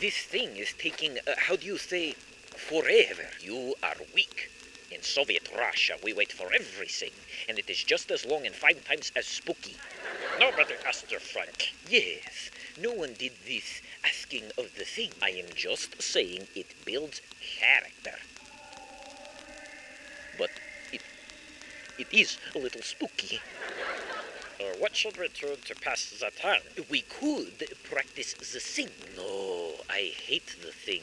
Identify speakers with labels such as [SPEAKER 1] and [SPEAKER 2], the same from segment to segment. [SPEAKER 1] This thing is taking, uh, how do you say, forever. You are weak. In Soviet Russia, we wait for everything, and it is just as long and five times as spooky.
[SPEAKER 2] Nobody asked you, Frank.
[SPEAKER 1] Yes, no one did this asking of the thing. I am just saying it builds character. But it, it is a little spooky.
[SPEAKER 2] Uh, what should we do to pass the time?
[SPEAKER 1] We could practice the thing. No, I hate the thing.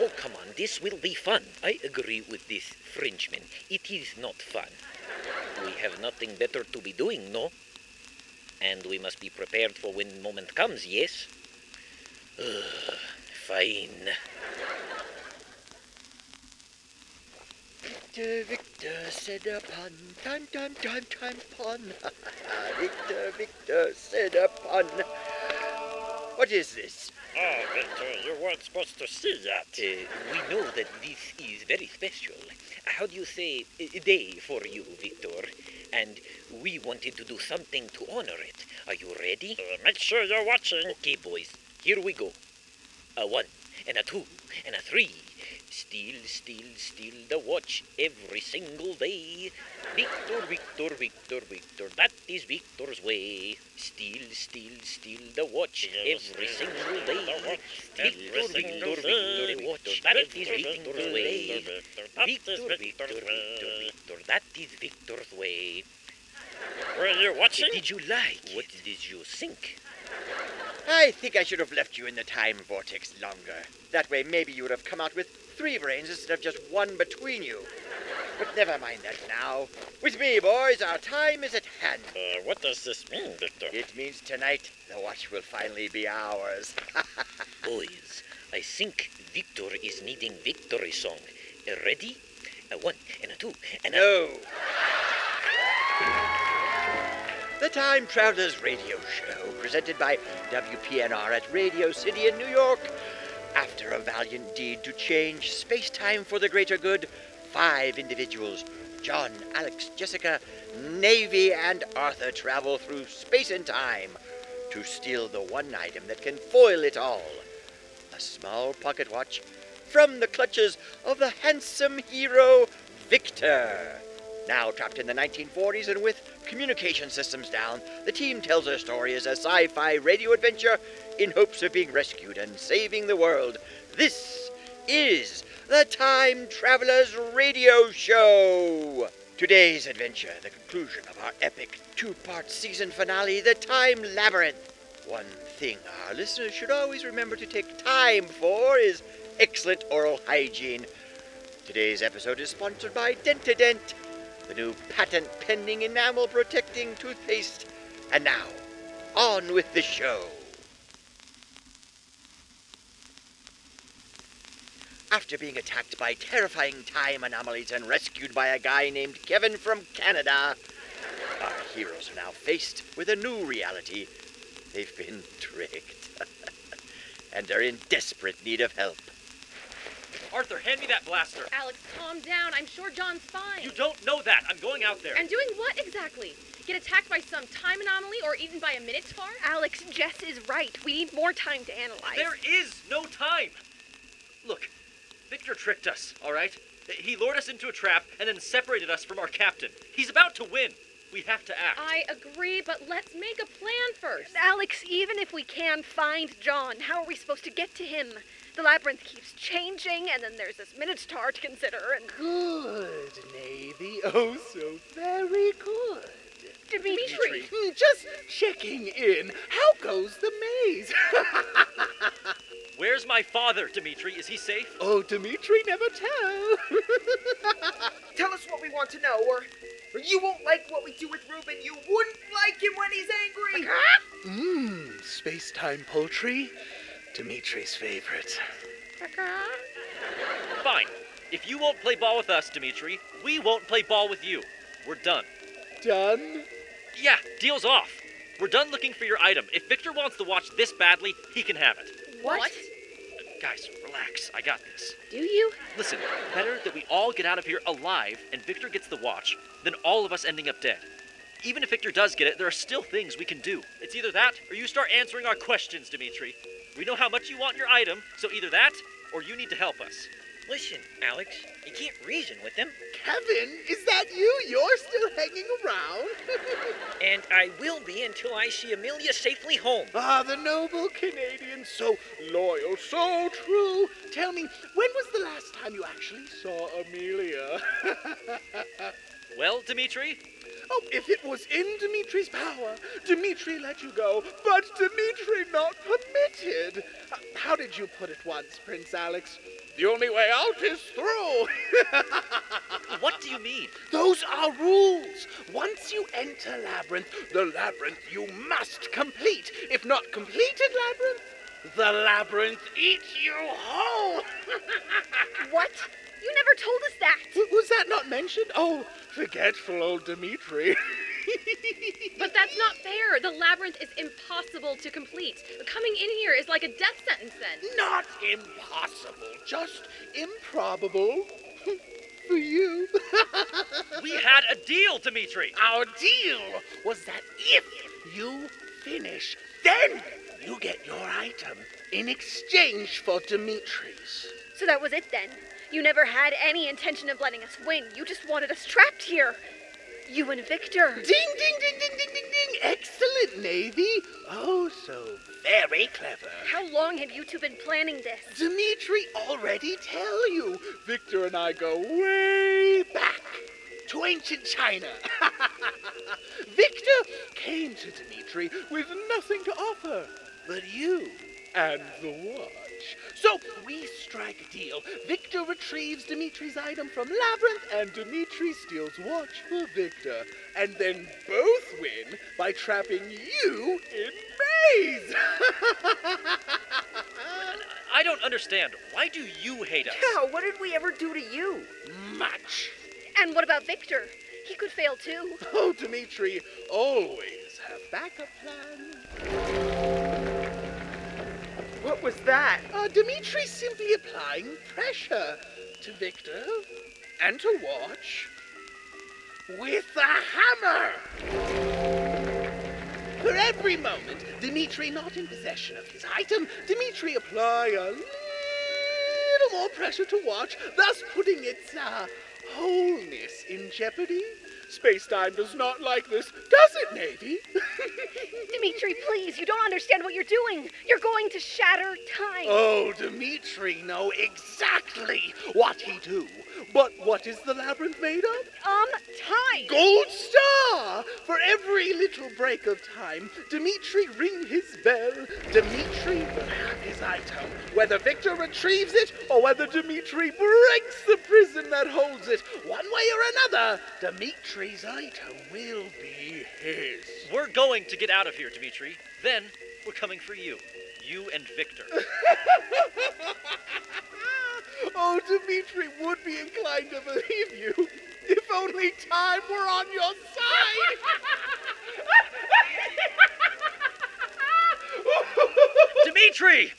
[SPEAKER 1] Oh, come on, this will be fun. I agree with this Frenchman. It is not fun. We have nothing better to be doing, no? And we must be prepared for when the moment comes, yes? Ugh, fine.
[SPEAKER 3] Victor, Victor said a pun, tan tan tan tan pun. Victor, Victor said a pun. What is this?
[SPEAKER 2] Oh, Victor, you weren't supposed to see that.
[SPEAKER 1] Uh, we know that this is very special. How do you say uh, day for you, Victor? And we wanted to do something to honor it. Are you ready?
[SPEAKER 2] Uh, make sure you're watching.
[SPEAKER 1] Okay, boys, here we go. A one, and a two, and a three. Steal, steal, steal the watch every single day. Victor, Victor, Victor, Victor, that is Victor's way. Steal, steal, steal the watch
[SPEAKER 2] Yes,
[SPEAKER 1] every
[SPEAKER 2] yes,
[SPEAKER 1] single
[SPEAKER 2] yes,
[SPEAKER 1] day.
[SPEAKER 2] the watch every
[SPEAKER 1] Victor,
[SPEAKER 2] single
[SPEAKER 1] Victor,
[SPEAKER 2] day.
[SPEAKER 1] Victor, watch
[SPEAKER 2] That
[SPEAKER 1] that
[SPEAKER 2] is
[SPEAKER 1] is
[SPEAKER 2] Victor's
[SPEAKER 1] Victor's
[SPEAKER 2] way.
[SPEAKER 1] way.
[SPEAKER 2] That is
[SPEAKER 1] Victor, Victor,
[SPEAKER 2] Victor's
[SPEAKER 1] Victor,
[SPEAKER 2] way.
[SPEAKER 1] Victor, that is Victor's way.
[SPEAKER 2] Were you watching?
[SPEAKER 1] Did you like? What did you think?
[SPEAKER 3] I think I should have left you in the time vortex longer. That way, maybe you would have come out with three brains instead of just one between you. But never mind that now. With me, boys, our time is at hand.
[SPEAKER 2] Uh, what does this mean, Victor?
[SPEAKER 3] It means tonight the watch will finally be ours.
[SPEAKER 1] Boys, I think Victor is needing victory song. Uh, Ready? A one and a two and a...
[SPEAKER 3] No. The Time Travelers Radio Show, presented by WPNR at Radio City in New York. After a valiant deed to change space time for the greater good, five individuals John, Alex, Jessica, Navy, and Arthur travel through space and time to steal the one item that can foil it all a small pocket watch from the clutches of the handsome hero Victor. Now trapped in the 1940s and with communication systems down, the team tells their story as a sci fi radio adventure in hopes of being rescued and saving the world. This is the Time Travelers Radio Show. Today's adventure, the conclusion of our epic two part season finale, The Time Labyrinth. One thing our listeners should always remember to take time for is excellent oral hygiene. Today's episode is sponsored by Dentadent, the new patent pending enamel protecting toothpaste. And now, on with the show. After being attacked by terrifying time anomalies and rescued by a guy named Kevin from Canada, our heroes are now faced with a new reality They've been tricked. and are in desperate need of help.
[SPEAKER 4] Arthur, hand me that blaster.
[SPEAKER 5] Alex, calm down. I'm sure John's fine.
[SPEAKER 4] You don't know that. I'm going out there.
[SPEAKER 5] And doing what exactly? Get attacked by some time anomaly or eaten by a minotaur? Alex, Jess is right. We need more time to analyze.
[SPEAKER 4] there is no time. Look, Victor tricked us, all right? He lured us into a trap and then separated us from our captain. He's about to win. We have to
[SPEAKER 6] Uh.
[SPEAKER 4] act.
[SPEAKER 5] I agree, but let's make a plan first.
[SPEAKER 6] Alex, even if we can find John, how are we supposed to get to him? The labyrinth keeps changing, and then there's this Minotaur to consider, and
[SPEAKER 3] Good, Navy. Oh, so very good.
[SPEAKER 5] Dimitri,
[SPEAKER 7] Hmm, Just checking in. How goes the maze?
[SPEAKER 4] Where's my father, Dimitri? Is he safe?
[SPEAKER 7] oh, Dimitri never tell.
[SPEAKER 8] Tell us what we want to know, or, or you won't like what we do with Ruben. You wouldn't like him when he's angry.
[SPEAKER 7] Mmm, space-time poultry. Dimitri's favorite.
[SPEAKER 4] Fine. If you won't play ball with us, Dimitri, we won't play ball with you. We're done.
[SPEAKER 7] Done?
[SPEAKER 4] Yeah, deal's off. We're done looking for your item. If Victor wants the watch this badly, he can have it.
[SPEAKER 5] what?
[SPEAKER 4] Guys, relax. I got this.
[SPEAKER 5] Do you?
[SPEAKER 4] Listen, better that we all get out of here alive and Victor gets the watch than all of us ending up dead. Even if Victor does get it, there are still things we can do. It's either that or you start answering our questions, Dimitri. We know how much you want your item, so either that or you need to help us.
[SPEAKER 2] Listen, Alex, you can't reason with them.
[SPEAKER 7] Kevin, is that you? You're still hanging around?
[SPEAKER 2] And I will be until I see Amelia safely home.
[SPEAKER 7] ah, the noble Canadian, so loyal, so true. Tell me, when was the last time you actually saw Amelia?
[SPEAKER 4] Well, Dimitri,
[SPEAKER 7] Oh, if it was in Dimitri's power, Dimitri let you go, but Dimitri not permitted. Uh, How did you put it once, Prince Alex? The only way out is through.
[SPEAKER 4] what do you mean?
[SPEAKER 7] Those are rules. Once you enter Labyrinth, the Labyrinth you must complete. If not completed Labyrinth, the Labyrinth eats you whole.
[SPEAKER 6] What? You never told us that.
[SPEAKER 7] W- Was that not mentioned? Oh, forgetful old Dimitri.
[SPEAKER 5] But that's not fair. The labyrinth is impossible to complete. Coming in here is like a death sentence then.
[SPEAKER 7] Not impossible, just improbable. For you.
[SPEAKER 4] We had a deal, Dimitri.
[SPEAKER 7] Our deal was that if you finish, then you get your item in exchange for Dimitri's.
[SPEAKER 6] So that was it then. You never had any intention of letting us win. You just wanted us trapped here. You and Victor.
[SPEAKER 7] Ding, ding, ding, ding, ding, ding, ding. Excellent, Navy. Oh, so very clever.
[SPEAKER 6] How long have you two been planning this?
[SPEAKER 7] Dimitri already tell you. Victor and I go way back to ancient China. Victor came to Dimitri with nothing to offer but you and the watch. So we strike a deal. Victor retrieves Dimitri's item from Labyrinth, and Dimitri steals watch for Victor. And then both win by trapping you in maze.
[SPEAKER 4] I don't understand. Why do you hate us?
[SPEAKER 8] Yeah, what did we ever do to you?
[SPEAKER 7] Much
[SPEAKER 6] And what about Victor? He could fail too.
[SPEAKER 7] Oh, Dimitri, always have backup plan.
[SPEAKER 8] What was that?
[SPEAKER 7] Uh, Dimitri's simply applying pressure to Victor and to Watch with a hammer. For every moment, Dimitri not in possession of his item, Dimitri apply a little more pressure to Watch, thus putting its uh, wholeness in jeopardy. Space-time does not like this, does it, Navy?
[SPEAKER 6] Dimitri, please, you don't understand what you're doing. You're going to shatter time.
[SPEAKER 7] Oh, Dimitri know exactly what he do. But what is the labyrinth made of?
[SPEAKER 6] Um, time.
[SPEAKER 7] Gold star! For every little break of time, Dimitri ring his bell. Dimitri will have his item. Whether Victor retrieves it or whether Dimitri breaks the prison that holds it, one way or another, Dimitri's item will be his.
[SPEAKER 4] We're going to get out of here, Dimitri. Then we're coming for you. You and Victor.
[SPEAKER 7] Oh, Dimitri would be inclined to believe you if only time were on your side.
[SPEAKER 4] Dimitri!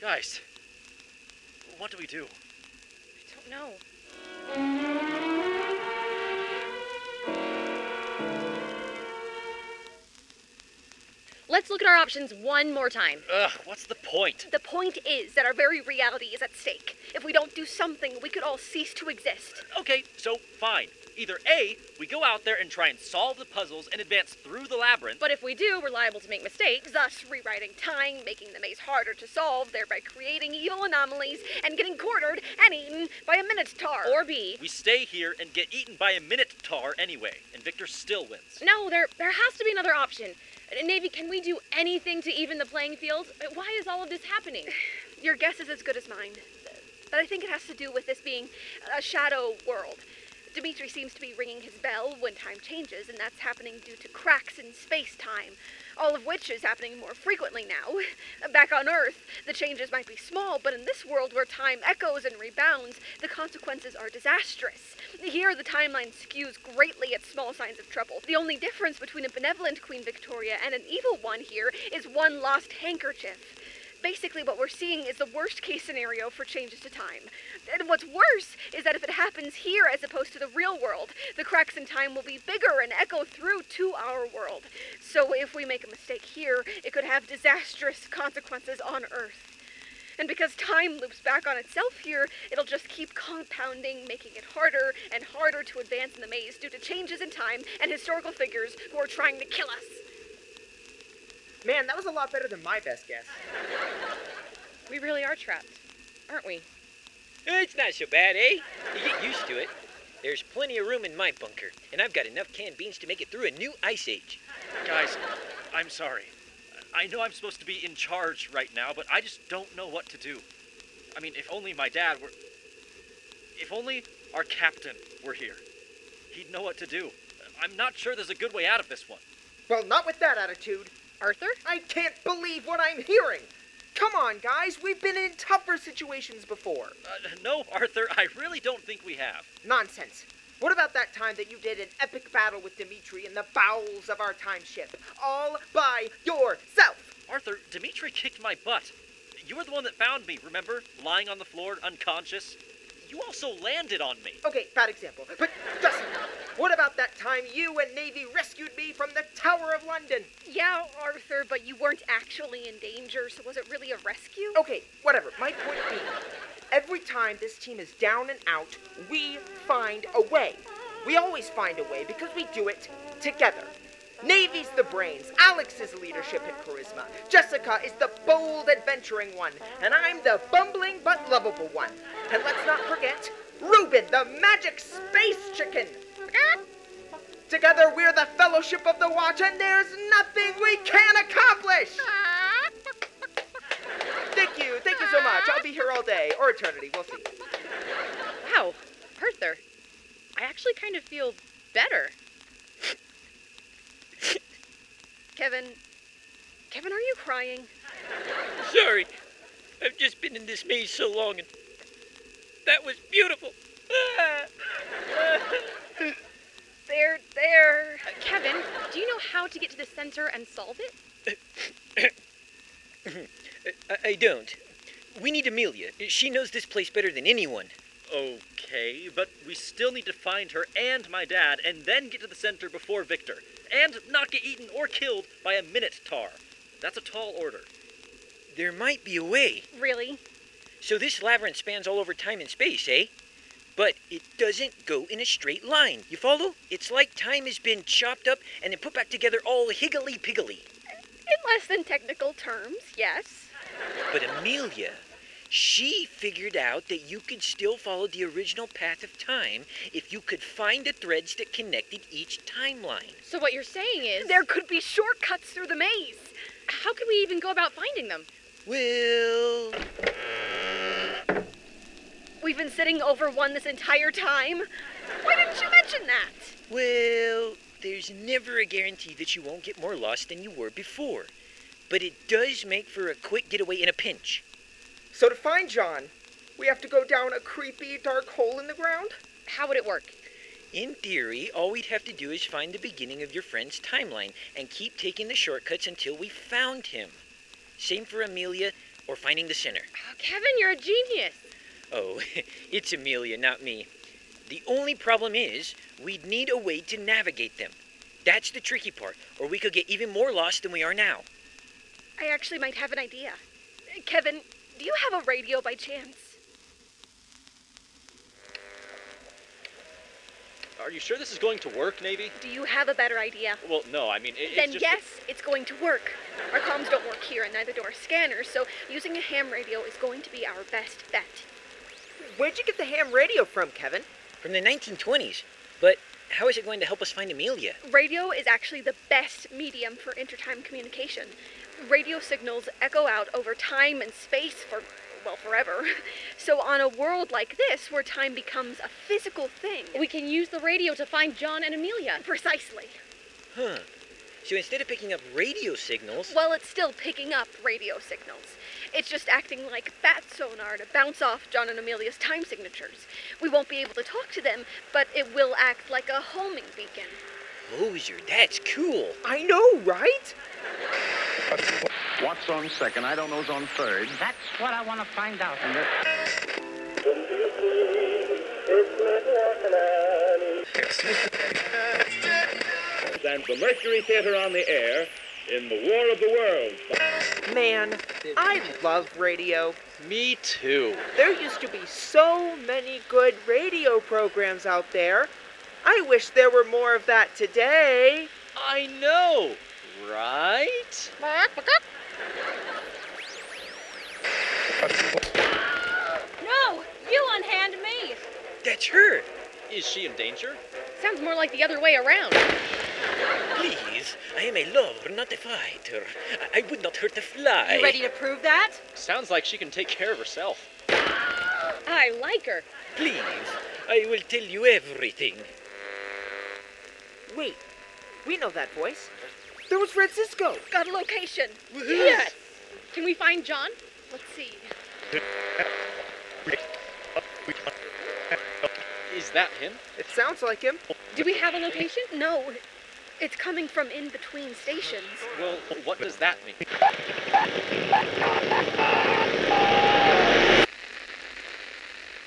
[SPEAKER 4] Guys, what do we do?
[SPEAKER 5] I don't know. Let's look at our options one more time.
[SPEAKER 4] Ugh, what's the point?
[SPEAKER 6] The point is that our very reality is at stake. If we don't do something, we could all cease to exist.
[SPEAKER 4] Okay, so fine. Either A, we go out there and try and solve the puzzles and advance through the labyrinth,
[SPEAKER 5] But if we do, we're liable to make mistakes.
[SPEAKER 6] Thus, rewriting time, making the maze harder to solve, thereby creating evil anomalies and getting quartered and eaten by a minotaur.
[SPEAKER 5] Or B,
[SPEAKER 4] we stay here and get eaten by a minotaur anyway, and Victor still wins.
[SPEAKER 5] no, there there has to be another option. Uh, Navy, can we do anything to even the playing field? Uh, Why is all of this happening?
[SPEAKER 6] Your guess is as good as mine. But I think it has to do with this being a shadow world. Dimitri seems to be ringing his bell when time changes, and that's happening due to cracks in space time, all of which is happening more frequently now. Back on Earth, the changes might be small, but in this world where time echoes and rebounds, the consequences are disastrous. Here, the timeline skews greatly at small signs of trouble. The only difference between a benevolent Queen Victoria and an evil one here is one lost handkerchief. Basically, what we're seeing is the worst case scenario for changes to time. And what's worse is that if it happens here as opposed to the real world, the cracks in time will be bigger and echo through to our world. So if we make a mistake here, it could have disastrous consequences on Earth. And because time loops back on itself here, it'll just keep compounding, making it harder and harder to advance in the maze due to changes in time and historical figures who are trying to kill us.
[SPEAKER 8] Man, that was a lot better than my best guess.
[SPEAKER 5] We really are trapped, aren't we?
[SPEAKER 2] It's not so bad, eh? You get used to it. There's plenty of room in my bunker, and I've got enough canned beans to make it through a new ice age.
[SPEAKER 4] Guys, I'm sorry. I know I'm supposed to be in charge right now, but I just don't know what to do. I mean, if only my dad were. If only our captain were here. He'd know what to do. I'm not sure there's a good way out of this one.
[SPEAKER 8] Well, not with that attitude.
[SPEAKER 5] Arthur?
[SPEAKER 8] I can't believe what I'm hearing. Come on, guys, we've been in tougher situations before.
[SPEAKER 4] Uh, no, Arthur, I really don't think we have.
[SPEAKER 8] Nonsense. What about that time that you did an epic battle with Dimitri in the bowels of our time ship? All by yourself!
[SPEAKER 4] Arthur, Dimitri kicked my butt. You were the one that found me, remember? Lying on the floor, unconscious. You also landed on me.
[SPEAKER 8] Okay, bad example. But Dustin, what about that time you and Navy rescued me from the Tower of London?
[SPEAKER 6] Yeah, Arthur, but you weren't actually in danger, so was it really a rescue?
[SPEAKER 8] Okay, whatever. My point being, every time this team is down and out, we find a way. We always find a way because we do it together. Navy's the brains, Alex is leadership and charisma, Jessica is the bold adventuring one, and I'm the bumbling but lovable one. And let's not forget, Reuben, the magic space chicken. Together we're the Fellowship of the Watch, and there's nothing we can't accomplish! Thank you, thank you so much. I'll be here all day or eternity. We'll see.
[SPEAKER 5] Wow, Arthur. I actually kind of feel better.
[SPEAKER 6] Kevin. Kevin, are you crying?
[SPEAKER 2] Sorry, I've just been in this maze so long, and that was beautiful. Ah.
[SPEAKER 6] There, there.
[SPEAKER 5] Uh, Kevin, do you know how to get to the center and solve it?
[SPEAKER 2] I- I don't. We need Amelia. She knows this place better than anyone.
[SPEAKER 4] Okay, but we still need to find her and my dad and then get to the center before Victor. And not get eaten or killed by a Minotaur. That's a tall order.
[SPEAKER 2] There might be a way.
[SPEAKER 6] Really?
[SPEAKER 2] So this labyrinth spans all over time and space, eh? But it doesn't go in a straight line. You follow? It's like time has been chopped up and then put back together all higgly piggly.
[SPEAKER 6] In less than technical terms, yes.
[SPEAKER 2] But Amelia, she figured out that you could still follow the original path of time if you could find the threads that connected each timeline.
[SPEAKER 5] So what you're saying is
[SPEAKER 6] There could be shortcuts through the maze.
[SPEAKER 5] how could we even go about finding them?
[SPEAKER 2] Well,
[SPEAKER 6] We've been sitting over one this entire time. Why didn't you mention that?
[SPEAKER 2] well, there's never a guarantee that you won't get more lost than you were before. But it does make for a quick getaway in a pinch.
[SPEAKER 8] So to find John, we have to go down a creepy, dark hole in the ground?
[SPEAKER 5] How would it work?
[SPEAKER 2] In theory, all we'd have to do is find the beginning of your friend's timeline and keep taking the shortcuts until we found him. Same for Amelia or finding the center.
[SPEAKER 5] Oh, Kevin, you're a genius.
[SPEAKER 2] Oh, it's Amelia, not me. The only problem is, we'd need a way to navigate them. That's the tricky part, or we could get even more lost than we are now.
[SPEAKER 6] I actually might have an idea. Kevin, do you have a radio by chance?
[SPEAKER 1] Are you sure this is going to work, Navy?
[SPEAKER 6] Do you have a better idea?
[SPEAKER 1] Well, no, I mean, it, it's
[SPEAKER 6] then
[SPEAKER 1] just.
[SPEAKER 6] yes, it's going to work. Our comms don't work here, and neither do our scanners, so using a ham radio is going to be our best bet.
[SPEAKER 8] Where'd you get the ham radio from, Kevin?
[SPEAKER 2] From the 1920s. But how is it going to help us find Amelia?
[SPEAKER 6] Radio is actually the best medium for intertime communication. Radio signals echo out over time and space for, well, forever. So, on a world like this, where time becomes a physical thing,
[SPEAKER 5] We can use the radio to find John and Amelia.
[SPEAKER 6] precisely.
[SPEAKER 2] Huh. So instead of picking up radio signals,
[SPEAKER 6] Well, it's still picking up radio signals. It's just acting like bat sonar to bounce off John and Amelia's time signatures. We won't be able to talk to them, but it will act like a homing beacon.
[SPEAKER 2] Loser, that's cool.
[SPEAKER 8] I know, right?
[SPEAKER 1] What's on second? I don't know's on third.
[SPEAKER 9] That's what I want to find out. And this-
[SPEAKER 10] And the Mercury Theater on the air in the War of the Worlds.
[SPEAKER 8] Man, I love radio.
[SPEAKER 4] Me too.
[SPEAKER 8] There used to be so many good radio programs out there. I wish there were more of that today.
[SPEAKER 4] I know, right?
[SPEAKER 5] No! You unhand me!
[SPEAKER 4] That's her. Is she in danger?
[SPEAKER 5] Sounds more like the other way around.
[SPEAKER 2] Please, I am a lover, not a fighter. I, I would not hurt a fly.
[SPEAKER 11] to prove that?
[SPEAKER 4] Sounds like she can take care of herself.
[SPEAKER 5] I like her.
[SPEAKER 2] Please, I will tell you everything.
[SPEAKER 8] Wait, we know that voice. There was Francisco.
[SPEAKER 5] Got a location.
[SPEAKER 8] Yes.
[SPEAKER 5] Can we find John? Let's see.
[SPEAKER 4] Is that him?
[SPEAKER 8] It sounds like him.
[SPEAKER 6] Do we have a location? No. It's coming from in between stations.
[SPEAKER 4] Well, what does that mean?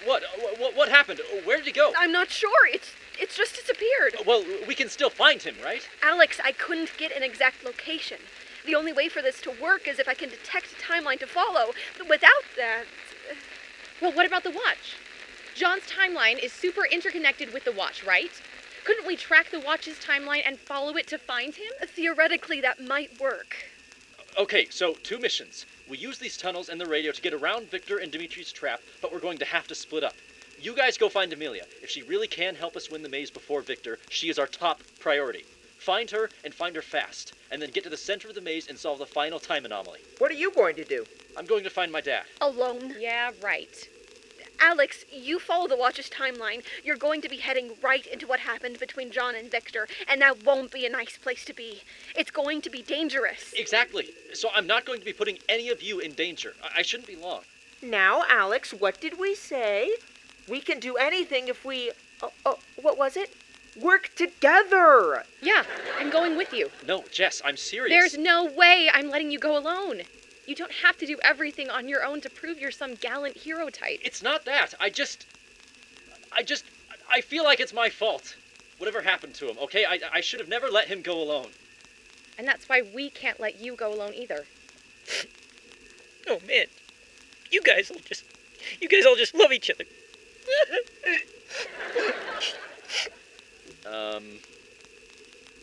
[SPEAKER 4] What? What, what happened? Where did he go?
[SPEAKER 6] I'm not sure. It's it's just disappeared.
[SPEAKER 4] Well, we can still find him, right?
[SPEAKER 6] Alex, I couldn't get an exact location. The only way for this to work is if I can detect a timeline to follow. But without that,
[SPEAKER 5] Well, what about the watch? John's timeline is super interconnected with the watch, right? Couldn't we track the watch's timeline and follow it to find him?
[SPEAKER 6] theoretically that might work.
[SPEAKER 4] Okay, so two missions. We use these tunnels and the radio to get around Victor and Dimitri's trap, but we're going to have to split up. You guys go find Amelia. If she really can help us win the maze before Victor, she is our top priority. Find her and find her fast, and then get to the center of the maze and solve the final time anomaly.
[SPEAKER 8] What are you going to do?
[SPEAKER 4] I'm going to find my dad.
[SPEAKER 6] Alone.
[SPEAKER 5] Yeah, right.
[SPEAKER 6] Alex, you follow the Watch's timeline. You're going to be heading right into what happened between John and Victor, and that won't be a nice place to be. It's going to be dangerous.
[SPEAKER 4] Exactly. So I'm not going to be putting any of you in danger. I, I shouldn't be long.
[SPEAKER 8] Now, Alex, what did we say? We can do anything if we. Oh, oh, what was it? Work together.
[SPEAKER 5] Yeah, I'm going with you.
[SPEAKER 4] No, Jess, I'm serious.
[SPEAKER 5] There's no way I'm letting you go alone. You don't have to do everything on your own to prove you're some gallant hero type.
[SPEAKER 4] It's not that. I just. I just. I feel like it's my fault. Whatever happened to him, okay? I, I should have never let him go alone.
[SPEAKER 5] And that's why we can't let you go alone either.
[SPEAKER 2] Oh man, you guys all just, you guys all just love each other.
[SPEAKER 4] Um.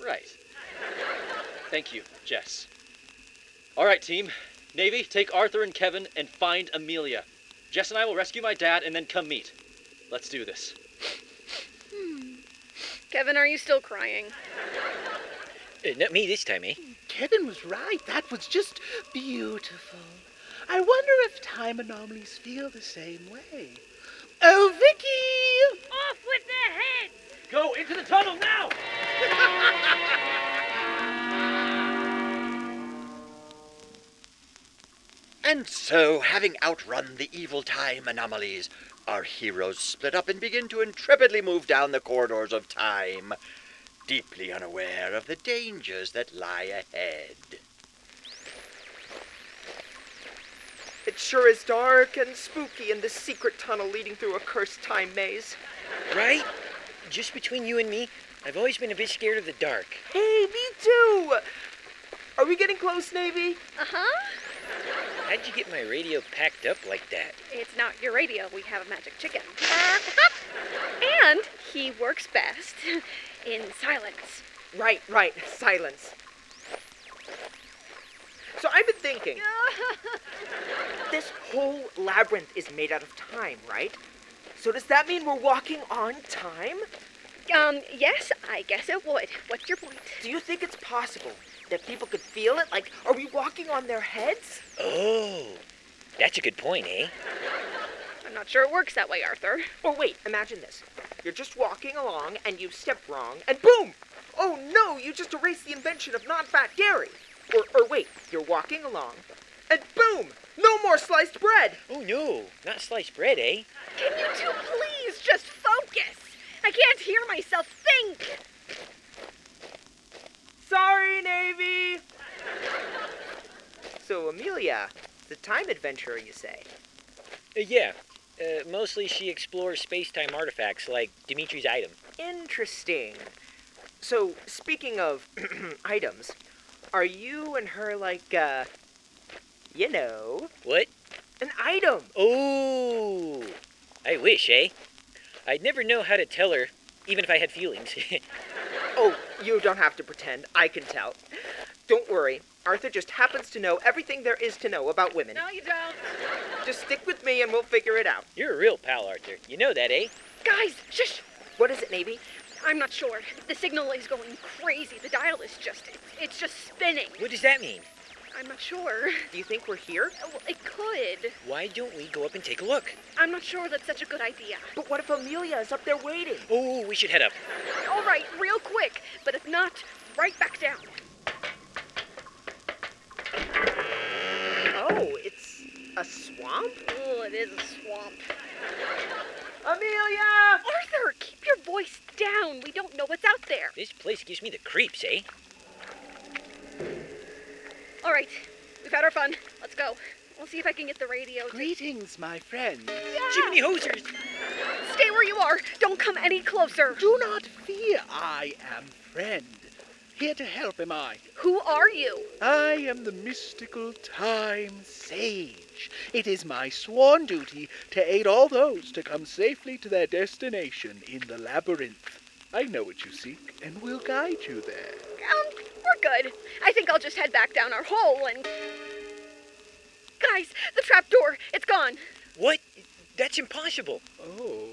[SPEAKER 4] Right. Thank you, Jess. All right, team. Navy, take Arthur and Kevin and find Amelia. Jess and I will rescue my dad and then come meet. Let's do this.
[SPEAKER 6] Hmm. Kevin, are you still crying?
[SPEAKER 2] Uh, not me this time, eh?
[SPEAKER 7] Kevin was right. That was just beautiful. I wonder if time anomalies feel the same way. Oh, Vicky!
[SPEAKER 11] Off with their heads!
[SPEAKER 4] Go into the tunnel now!
[SPEAKER 3] And so, having outrun the evil time anomalies, our heroes split up and begin to intrepidly move down the corridors of time, deeply unaware of the dangers that lie ahead.
[SPEAKER 8] It sure is dark and spooky in this secret tunnel leading through a cursed time maze.
[SPEAKER 2] Right? Just between you and me, I've always been a bit scared of the dark.
[SPEAKER 8] Hey, me too! Are we getting close, Navy?
[SPEAKER 6] Uh huh.
[SPEAKER 2] How'd you get my radio packed up like that?
[SPEAKER 6] It's not your radio. We have a magic chicken. and he works best in silence.
[SPEAKER 8] Right, right. Silence. So I've been thinking. This whole labyrinth is made out of time, right? So does that mean we're walking on time?
[SPEAKER 6] Um, yes, I guess it would. What's your point?
[SPEAKER 8] Do you think it's possible that people could feel it? Like, are we walking on their heads?
[SPEAKER 2] Oh, that's a good point, eh?
[SPEAKER 6] I'm not sure it works that way, Arthur.
[SPEAKER 8] Or Oh, wait, imagine this. You're just walking along and you step wrong and boom! Oh no, you just erased the invention of non fat dairy. Or, or wait, you're walking along and boom! No more sliced bread!
[SPEAKER 2] Oh no, not sliced bread, eh?
[SPEAKER 6] Can you two please just focus? I can't hear myself think.
[SPEAKER 8] Sorry, Navy! So So, Amelia, the time adventurer, you say?
[SPEAKER 2] Uh, yeah. Uh, mostly she explores space time artifacts like Dimitri's item.
[SPEAKER 8] Interesting. So, speaking of items, are you and her like, uh, you know,
[SPEAKER 2] What?
[SPEAKER 8] an item?
[SPEAKER 2] Oh! I wish, eh? I'd never know how to tell her, even if I had feelings.
[SPEAKER 8] Oh, you don't have to pretend. I can tell. Don't worry. Arthur just happens to know everything there is to know about women.
[SPEAKER 12] No, you don't.
[SPEAKER 8] Just stick with me and we'll figure it out.
[SPEAKER 2] You're a real pal, Arthur. You know that, eh?
[SPEAKER 6] Guys, shush!
[SPEAKER 8] What is it, Navy?
[SPEAKER 6] I'm not sure. The signal is going crazy. The dial is just, it's just spinning.
[SPEAKER 2] What does that mean?
[SPEAKER 6] I'm not sure.
[SPEAKER 8] Do you think we're here?
[SPEAKER 6] Oh, Well, it could.
[SPEAKER 2] Why don't we go up and take a look?
[SPEAKER 6] I'm not sure that's such a good idea.
[SPEAKER 8] But what if Amelia is up there waiting?
[SPEAKER 2] Oh, we should head up.
[SPEAKER 6] All right, real quick. But if not, right back down.
[SPEAKER 8] Oh, it's a swamp?
[SPEAKER 6] Oh, it is a swamp.
[SPEAKER 8] Amelia!
[SPEAKER 6] Arthur, keep your voice down. We don't know what's out there.
[SPEAKER 2] This place gives me the creeps, eh?
[SPEAKER 6] All right, we've had our fun. Let's go. We'll see if I can get the radio. to-
[SPEAKER 7] Greetings, my friends.
[SPEAKER 2] Jiminy hosers!
[SPEAKER 6] Stay where you are. Don't come any closer.
[SPEAKER 7] Do not fear. I am friend. Here to help am I.
[SPEAKER 6] Who are you?
[SPEAKER 7] I am the mystical time sage. It is my sworn duty to aid all those to come safely to their destination in the labyrinth. I know what you seek and will guide you there.
[SPEAKER 6] Um, we're good. I think I'll just head back down our hole and. Guys, the trap door. It's gone.
[SPEAKER 2] What? That's impossible.
[SPEAKER 7] Oh.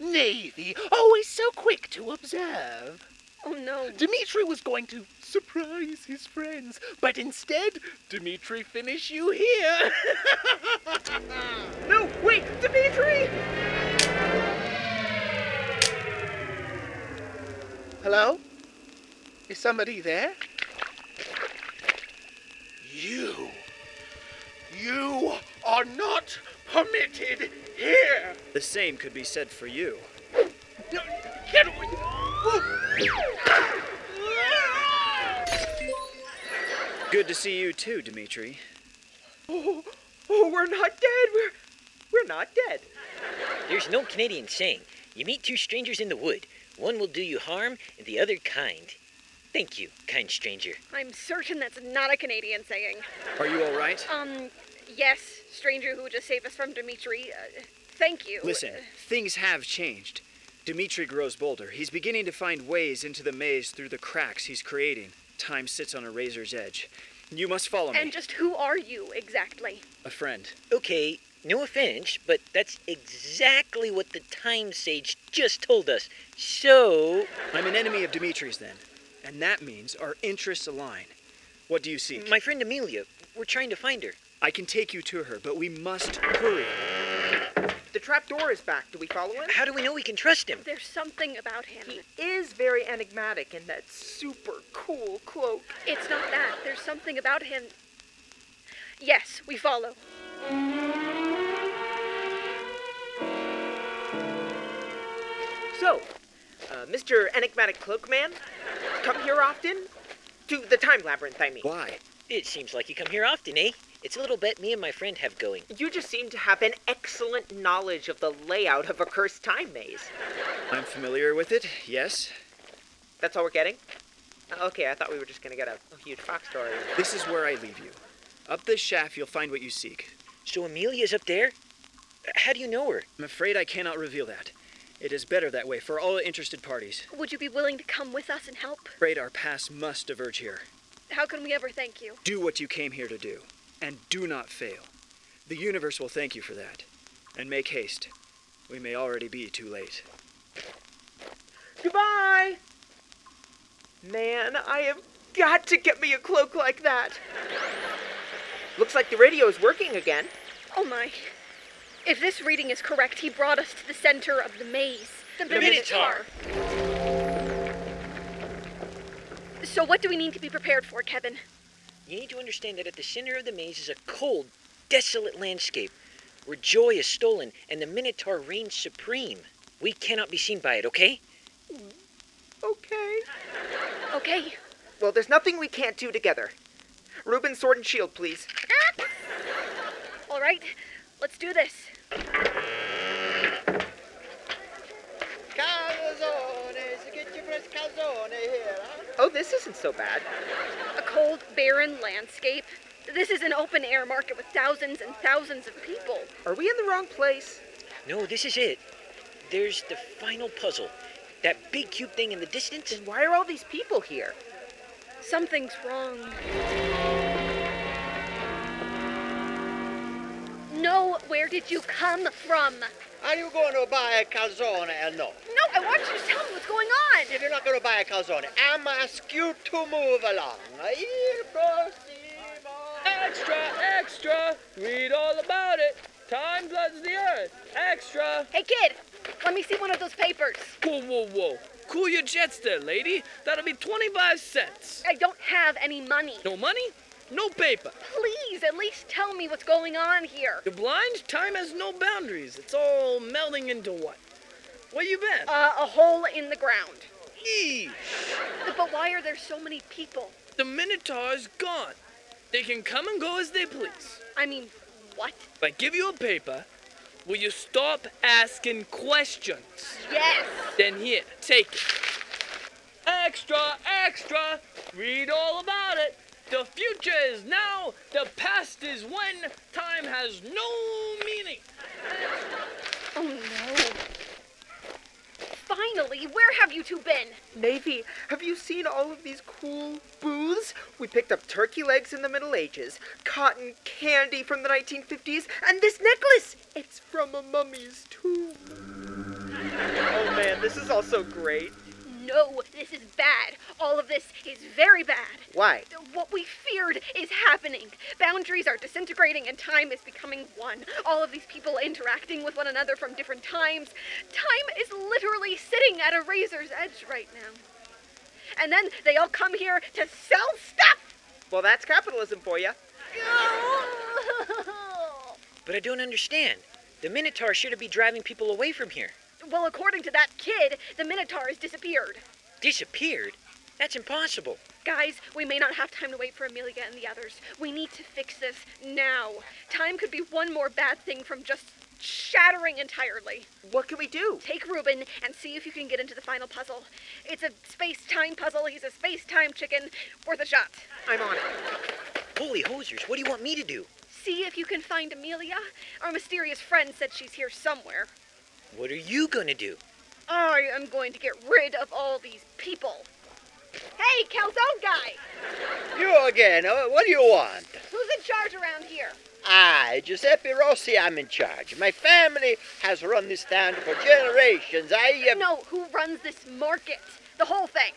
[SPEAKER 7] Navy, always so quick to observe.
[SPEAKER 6] Oh no.
[SPEAKER 7] Dimitri was going to surprise his friends, but instead, Dimitri finish you here.
[SPEAKER 8] No, wait, Dimitri!
[SPEAKER 7] Hello? Is somebody there? You. You are not permitted here.
[SPEAKER 13] The same could be said for you.
[SPEAKER 7] Get away.
[SPEAKER 13] Good to see you too, Dimitri.
[SPEAKER 8] Oh, oh, we're not dead. We're, we're not dead.
[SPEAKER 2] There's an old Canadian saying you meet two strangers in the wood, one will do you harm, and the other kind. Thank you, kind stranger.
[SPEAKER 6] I'm certain that's not a Canadian saying.
[SPEAKER 13] Are you all right?
[SPEAKER 6] Um, yes, stranger who just saved us from Dimitri. Uh, thank you. Uh,
[SPEAKER 13] Listen, things have changed. Dimitri grows bolder. He's beginning to find ways into the maze through the cracks he's creating. Time sits on a razor's edge. You must follow me.
[SPEAKER 6] And just who are you exactly?
[SPEAKER 13] a friend.
[SPEAKER 2] Okay, no offense, but that's exactly what the Time Sage just told us. So.
[SPEAKER 13] I'm an enemy of Dimitri's then, and that means our interests align. What do you seek?
[SPEAKER 2] My friend Amelia, we're trying to find her.
[SPEAKER 13] I can take you to her, but we must hurry.
[SPEAKER 8] The trap door is back. Do we follow him?
[SPEAKER 2] How do we know we can trust him?
[SPEAKER 6] There's something about him.
[SPEAKER 8] Is very enigmatic in that super cool cloak.
[SPEAKER 6] It's not that. There's something about him. Yes, we follow.
[SPEAKER 8] So, uh, Mr. Enigmatic Cloakman, come here often? To the time labyrinth, I mean.
[SPEAKER 13] Why?
[SPEAKER 2] It seems like you come here often, eh? It's a little bet me and my friend have going.
[SPEAKER 8] You just seem to have an excellent knowledge of the layout of a cursed time maze.
[SPEAKER 13] I'm familiar with it, yes.
[SPEAKER 8] That's all we're getting? Okay, I thought we were just gonna get a, a huge fox story.
[SPEAKER 13] This is where I leave you. Up this shaft, you'll find what you seek.
[SPEAKER 2] So Amelia's up there? How do you know her?
[SPEAKER 13] I'm afraid I cannot reveal that. It is better that way for all interested parties.
[SPEAKER 6] Would you be willing to come with us and help?
[SPEAKER 13] Afraid our paths must diverge here.
[SPEAKER 6] How can we ever thank you?
[SPEAKER 13] Do what you came here to do, and do not fail. The universe will thank you for that. And make haste. We may already be too late.
[SPEAKER 8] Goodbye! Man, I have got to get me a cloak like that. Looks like the radio is working again.
[SPEAKER 6] Oh my. If this reading is correct, he brought us to the center of the maze. The,
[SPEAKER 2] Minotaur.
[SPEAKER 6] So, what do we need to be prepared for, Kevin?
[SPEAKER 2] You need to understand that at the center of the maze is a cold, desolate landscape where joy is stolen and the Minotaur reigns supreme. We cannot be seen by it, okay?
[SPEAKER 8] okay?
[SPEAKER 6] Okay.
[SPEAKER 8] Well, there's nothing we can't do together. Reuben, sword and shield, please.
[SPEAKER 6] All right, let's do this.
[SPEAKER 3] Calzones, get your first calzone here, huh?
[SPEAKER 8] Oh, this isn't so bad.
[SPEAKER 6] A cold, barren landscape. This is an open air market with thousands and thousands of people.
[SPEAKER 8] Are we in the wrong place?
[SPEAKER 2] No, this is it. There's the final puzzle. That big cube thing in the distance?
[SPEAKER 8] Then why are all these people here?
[SPEAKER 6] Something's wrong. No, where did you come from?
[SPEAKER 3] Are you going to buy a calzone or no?
[SPEAKER 6] No, I want you to tell me what's going on.
[SPEAKER 3] If you're not going to buy a calzone, I'm asking you to move along. Here, prossimo.
[SPEAKER 11] Extra, extra! Read all about it. Time floods the earth. Extra!
[SPEAKER 6] Hey, kid, let me see one of those papers.
[SPEAKER 11] Whoa, whoa, whoa. Cool your jets there, lady. That'll be 25 cents.
[SPEAKER 6] I don't have any money.
[SPEAKER 11] No money? No paper.
[SPEAKER 6] Please, at least tell me what's going on here.
[SPEAKER 11] You're blind? Time has no boundaries. It's all melding into one. Where you been?
[SPEAKER 6] Uh, a hole in the ground.
[SPEAKER 11] Yeesh.
[SPEAKER 6] But why are there so many people?
[SPEAKER 11] The Minotaur's gone. They can come and go as they please.
[SPEAKER 6] I mean, what?
[SPEAKER 11] If I give you a paper, will you stop asking questions?
[SPEAKER 6] Yes.
[SPEAKER 11] Then here, take it. Extra, extra! Read all about it. The future is now, the past is when, time has no meaning.
[SPEAKER 6] Oh no. Finally, where have you two been?
[SPEAKER 8] Navy, have you seen all of these cool booths? We picked up turkey legs in the Middle Ages, cotton candy from the 1950s, and this necklace! It's from a mummy's tomb. Oh man, this is all so great.
[SPEAKER 6] No, this is bad. All of this is very bad.
[SPEAKER 8] Why?
[SPEAKER 6] What we feared is happening. Boundaries are disintegrating and time is becoming one. All of these people interacting with one another from different times. Time is literally sitting at a razor's edge right now. And then they all come here to sell stuff!
[SPEAKER 8] Well, that's capitalism for you.
[SPEAKER 2] But I don't understand. The Minotaur should be driving people away from here.
[SPEAKER 6] well, according to that kid, the Minotaur has disappeared.
[SPEAKER 2] Disappeared? That's impossible.
[SPEAKER 6] Guys, we may not have time to wait for Amelia and the others. We need to fix this now. Time could be one more bad thing from just shattering entirely.
[SPEAKER 8] What can we do?
[SPEAKER 6] Take Reuben and see if you can get into the final puzzle. It's a space time puzzle. He's a space time chicken. Worth a shot.
[SPEAKER 8] I'm on it.
[SPEAKER 2] Holy hosers, what do you want me to do?
[SPEAKER 6] See if you can find Amelia. Our mysterious friend said she's here somewhere.
[SPEAKER 2] What are you gonna do?
[SPEAKER 6] I am going to get rid of all these people. Hey, Calzone guy!
[SPEAKER 3] You again. Uh, What do you want?
[SPEAKER 6] Who's in charge around here?
[SPEAKER 3] I, Giuseppe Rossi, I'm in charge. My family has run this town for generations. I uh, am.
[SPEAKER 6] No, who runs this market? The whole thing.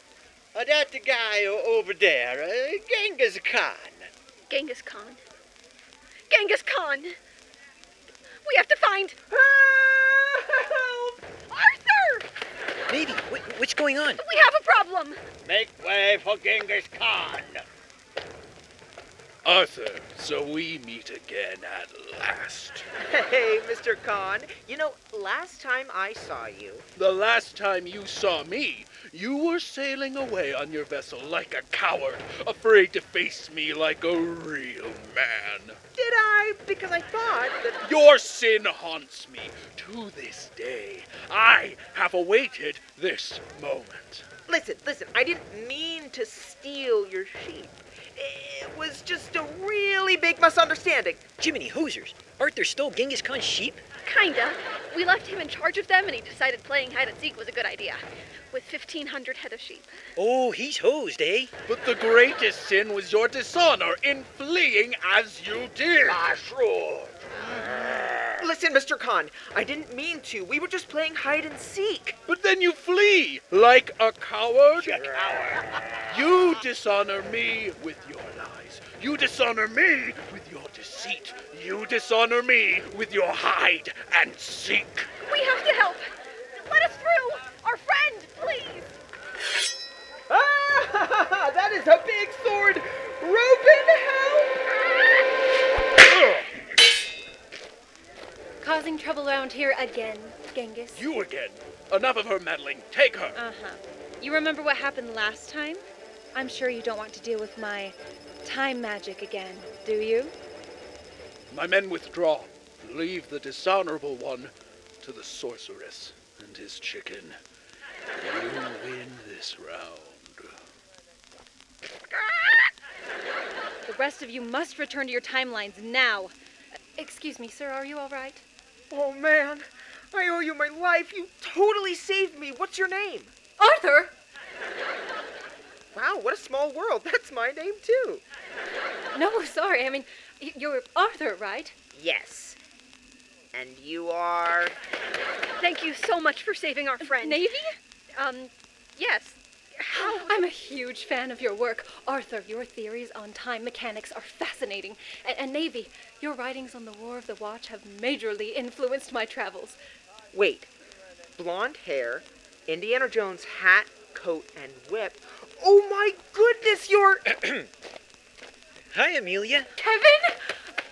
[SPEAKER 3] Uh, that guy o- over there, uh, Genghis Khan.
[SPEAKER 6] Genghis Khan. Genghis Khan! We have to find. Arthur!
[SPEAKER 2] Navy, what, what's going on?
[SPEAKER 6] We have a problem!
[SPEAKER 7] Make way for Genghis Khan. Arthur, so we meet again at last.
[SPEAKER 8] Hey, Mr. Khan. You know, last time I saw you,
[SPEAKER 7] The last time you saw me, you were sailing away on your vessel like a coward, afraid to face me like a real man.
[SPEAKER 8] did I? Because I thought that.
[SPEAKER 7] Your sin haunts me to this day. I have awaited this moment.
[SPEAKER 8] Listen, listen, I didn't mean to steal your sheep. It was just a really big misunderstanding.
[SPEAKER 2] Jiminy Hoosers, Arthur stole Genghis Khan's sheep?
[SPEAKER 6] Kinda. We left him in charge of them and he decided playing hide and seek was a good idea. With 1,500 head of sheep.
[SPEAKER 2] Oh, he's hosed, eh?
[SPEAKER 7] But the greatest sin was your dishonor in fleeing as you did.
[SPEAKER 2] Ah,
[SPEAKER 8] Listen, Mr. Khan, I didn't mean to. We were just playing hide and seek.
[SPEAKER 7] But then you flee like a coward. uh, You dishonor me with your lies. You dishonor me with your deceit. You dishonor me with your hide and seek.
[SPEAKER 6] We have to help! Let us through! Our friend, please!
[SPEAKER 8] Ah, that is a big sword. Reuben, help!
[SPEAKER 14] Causing trouble around here again, Genghis.
[SPEAKER 7] You again. Enough of her meddling. Take her.
[SPEAKER 14] Uh huh. You remember what happened last time? I'm sure you don't want to deal with my time magic again, do you?
[SPEAKER 7] My men withdraw, and leave the dishonorable one to the sorceress and his chicken. You win this round.
[SPEAKER 14] The rest of you must return to your timelines now. Excuse me, sir, are you all right?
[SPEAKER 8] Oh, man. I owe you my life. You totally saved me. What's your name?
[SPEAKER 14] Arthur!
[SPEAKER 8] Wow, what a small world. That's my name, too.
[SPEAKER 14] No, sorry. I mean, y- you're Arthur, right?
[SPEAKER 8] Yes. And you are.
[SPEAKER 6] Thank you so much for saving our friend.
[SPEAKER 14] Navy?
[SPEAKER 6] Um, yes. How?
[SPEAKER 14] I'm a huge fan of your work. Arthur, your theories on time mechanics are fascinating. And, and Navy, your writings on the War of the Watch have majorly influenced my travels.
[SPEAKER 8] Wait. Blonde hair, Indiana Jones hat, coat, and whip. Oh my goodness, you're.
[SPEAKER 2] Hi, Amelia.
[SPEAKER 14] Kevin?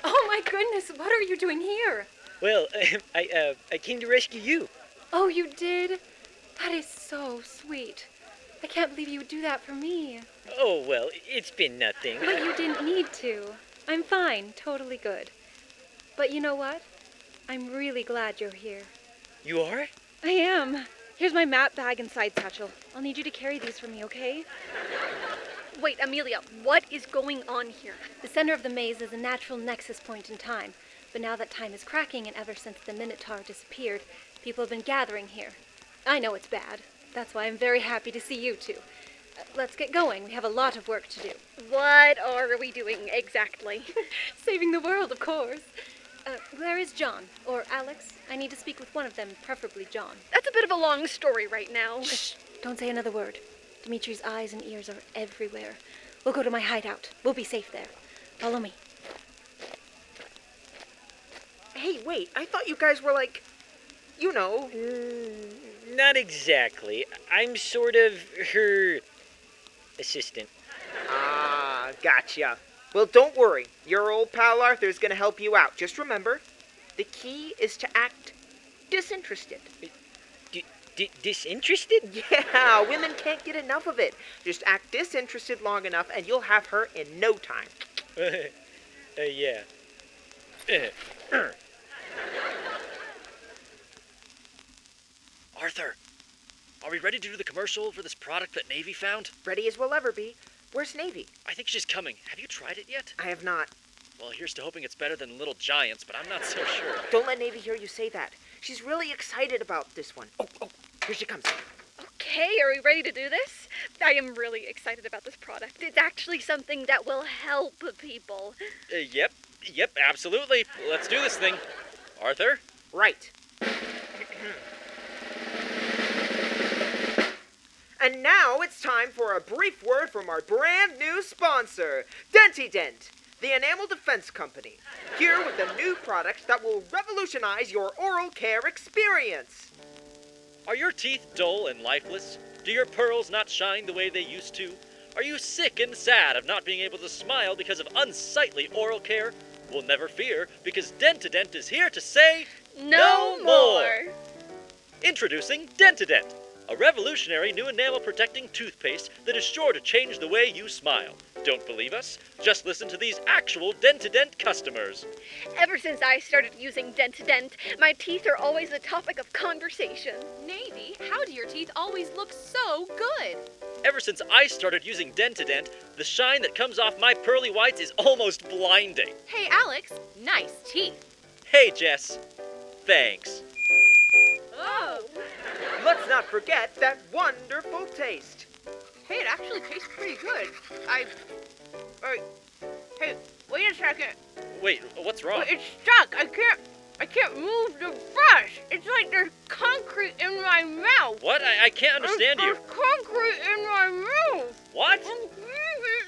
[SPEAKER 14] Oh my goodness, what are you doing here?
[SPEAKER 2] Well, I, uh, I came to rescue you.
[SPEAKER 14] Oh, you did? That is so sweet. I can't believe you would do that for me.
[SPEAKER 2] Oh, well, it's been nothing.
[SPEAKER 14] But you didn't need to. I'm fine, totally good. But you know what? I'm really glad you're here.
[SPEAKER 2] You are?
[SPEAKER 14] I am. Here's my map bag and side satchel. I'll need you to carry these for me, okay?
[SPEAKER 6] Wait, Amelia, what is going on here?
[SPEAKER 14] The center of the maze is a natural nexus point in time. But now that time is cracking, and ever since the Minotaur disappeared, people have been gathering here. I know it's bad. That's why I'm very happy to see you two. Uh, let's get going. We have a lot of work to do.
[SPEAKER 6] What are we doing exactly?
[SPEAKER 14] Saving the world, of course. Uh, where is John? Or Alex? I need to speak with one of them, preferably John.
[SPEAKER 6] That's a bit of a long story right now.
[SPEAKER 14] Shh! Don't say another word. Dimitri's eyes and ears are everywhere. We'll go to my hideout. We'll be safe there. Follow me.
[SPEAKER 8] Hey, wait. I thought you guys were like. You know.
[SPEAKER 2] Not exactly. I'm sort of her assistant.
[SPEAKER 8] Ah, gotcha. Well, don't worry. Your old pal Arthur's gonna help you out. Just remember, the key is to act disinterested.
[SPEAKER 2] D- d- disinterested?
[SPEAKER 8] Yeah, women can't get enough of it. Just act disinterested long enough, and you'll have her in no time.
[SPEAKER 2] uh, yeah. Uh,
[SPEAKER 4] Arthur, are we ready to do the commercial for this product that Navy found?
[SPEAKER 8] Ready as we'll ever be. Where's Navy?
[SPEAKER 4] I think she's coming. Have you tried it yet?
[SPEAKER 8] I have not.
[SPEAKER 4] Well, here's to hoping it's better than Little Giants, but I'm not so sure.
[SPEAKER 8] Don't let Navy hear you say that. She's really excited about this one. Oh, oh, here she comes.
[SPEAKER 6] Okay, are we ready to do this? I am really excited about this product. It's actually something that will help people.
[SPEAKER 4] Uh, yep, yep, absolutely. Let's do this thing. Arthur?
[SPEAKER 8] Right. And now it's time for a brief word from our brand new sponsor, Denty Dent, the enamel defense company, here with a new product that will revolutionize your oral care experience.
[SPEAKER 4] Are your teeth dull and lifeless? Do your pearls not shine the way they used to? Are you sick and sad of not being able to smile because of unsightly oral care? Well, never fear, because Dentadent is here to say
[SPEAKER 6] No more.
[SPEAKER 4] Introducing Dentadent, a revolutionary new enamel protecting toothpaste that is sure to change the way you smile. Don't believe us? Just listen to these actual Dentadent customers.
[SPEAKER 6] Ever since I started using Dent to Dent, my teeth are always the topic of conversation.
[SPEAKER 15] Navy, how do your teeth always look so good?
[SPEAKER 4] Ever since I started using Dentadent, the shine that comes off my pearly whites is almost blinding.
[SPEAKER 15] Hey, Alex, nice teeth.
[SPEAKER 4] Hey, Jess. Thanks.
[SPEAKER 15] Oh!
[SPEAKER 8] Let's not forget that wonderful taste.
[SPEAKER 16] Hey, it actually tastes pretty good. I. I hey, wait a second.
[SPEAKER 4] Wait, what's wrong?
[SPEAKER 16] It's stuck. I can't. I can't move the brush. It's like there's concrete in my mouth.
[SPEAKER 4] What? I, I can't understand
[SPEAKER 16] there's,
[SPEAKER 4] you.
[SPEAKER 16] There's concrete in my mouth.
[SPEAKER 4] What?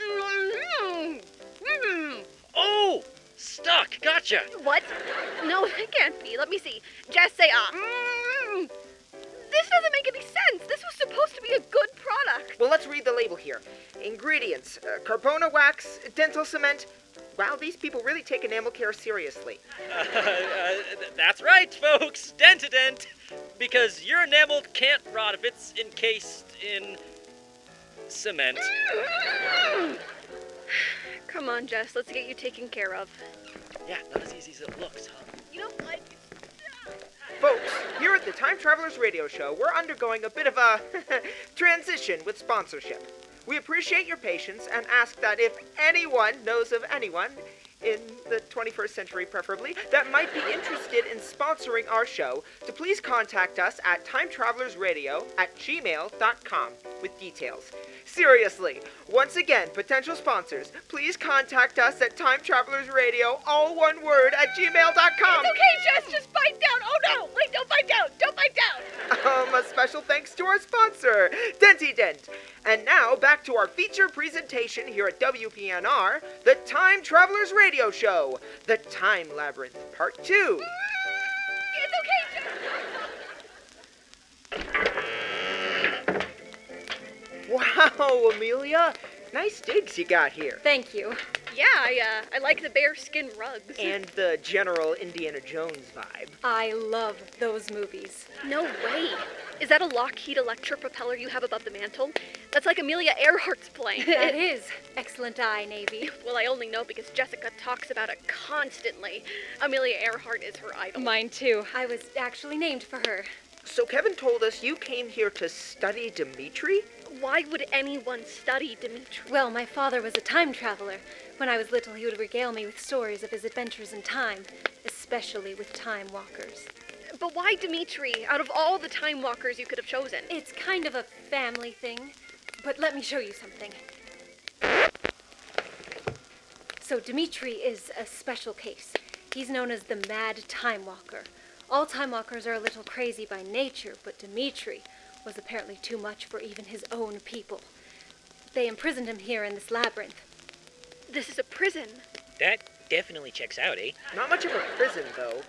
[SPEAKER 6] Mm-hmm.
[SPEAKER 16] Mm-mm-mm-mm.
[SPEAKER 4] Oh! Stuck! Gotcha!
[SPEAKER 6] What? No, that can't be. Let me see. Just say ah.
[SPEAKER 16] Mm.
[SPEAKER 6] This doesn't make any sense. This was supposed to be a good product.
[SPEAKER 8] Well, let's read the label here. Ingredients uh, carbona wax, dental cement. Wow, these people really take enamel care seriously.
[SPEAKER 4] Uh, th- that's right, folks! Dentadent! Because your enamel can't rot if it's encased in
[SPEAKER 17] Cement.
[SPEAKER 6] Mm. Come on, Jess, let's get you taken care of.
[SPEAKER 17] Yeah, not as easy as it looks, huh?
[SPEAKER 6] You don't like
[SPEAKER 8] Folks, here at the Time Travelers Radio Show, we're undergoing a bit of a transition with sponsorship. We appreciate your patience and ask that if anyone knows of anyone in the 21st century preferably that might be interested in sponsoring our show to please contact us at timetravelersradio at gmail.com with details seriously once again potential sponsors please contact us at timetravelersradio all one word at gmail.com
[SPEAKER 16] It's okay, Jess. Just bite down. Oh no! Wait, don't bite down. Don't bite down.
[SPEAKER 8] um, a special thanks to our sponsor, Denty Dent. And now back to our feature presentation here at WPNR, the Time Travelers Radio Show, The Time Labyrinth Part 2.
[SPEAKER 16] It's okay, Jess.
[SPEAKER 8] Wow, Amelia, nice digs you got here.
[SPEAKER 14] Thank you.
[SPEAKER 6] Yeah, I, uh, I like the bearskin rugs.
[SPEAKER 8] And the general Indiana Jones vibe.
[SPEAKER 14] I love those movies.
[SPEAKER 6] No way. Is that a Lockheed electric propeller you have above the mantle? That's like Amelia Earhart's plane.
[SPEAKER 14] That is. Excellent eye, Navy.
[SPEAKER 6] Well, I only know because Jessica talks about it constantly. Amelia Earhart is her idol.
[SPEAKER 14] Mine too. I was actually named for her.
[SPEAKER 8] So Kevin told us you came here to study Dimitri?
[SPEAKER 6] Why would anyone study Dimitri?
[SPEAKER 14] Well, my father was a time traveler. When I was little, he would regale me with stories of his adventures in time, especially with time walkers.
[SPEAKER 6] But why Dimitri, out of all the time walkers you could have chosen?
[SPEAKER 14] It's kind of a family thing, but let me show you something. So, Dimitri is a special case. He's known as the Mad Time Walker. All time walkers are a little crazy by nature, but Dimitri was apparently too much for even his own people. They imprisoned him here in this labyrinth.
[SPEAKER 6] This is a prison.
[SPEAKER 2] That definitely checks out, eh?
[SPEAKER 8] Not much of a prison, though.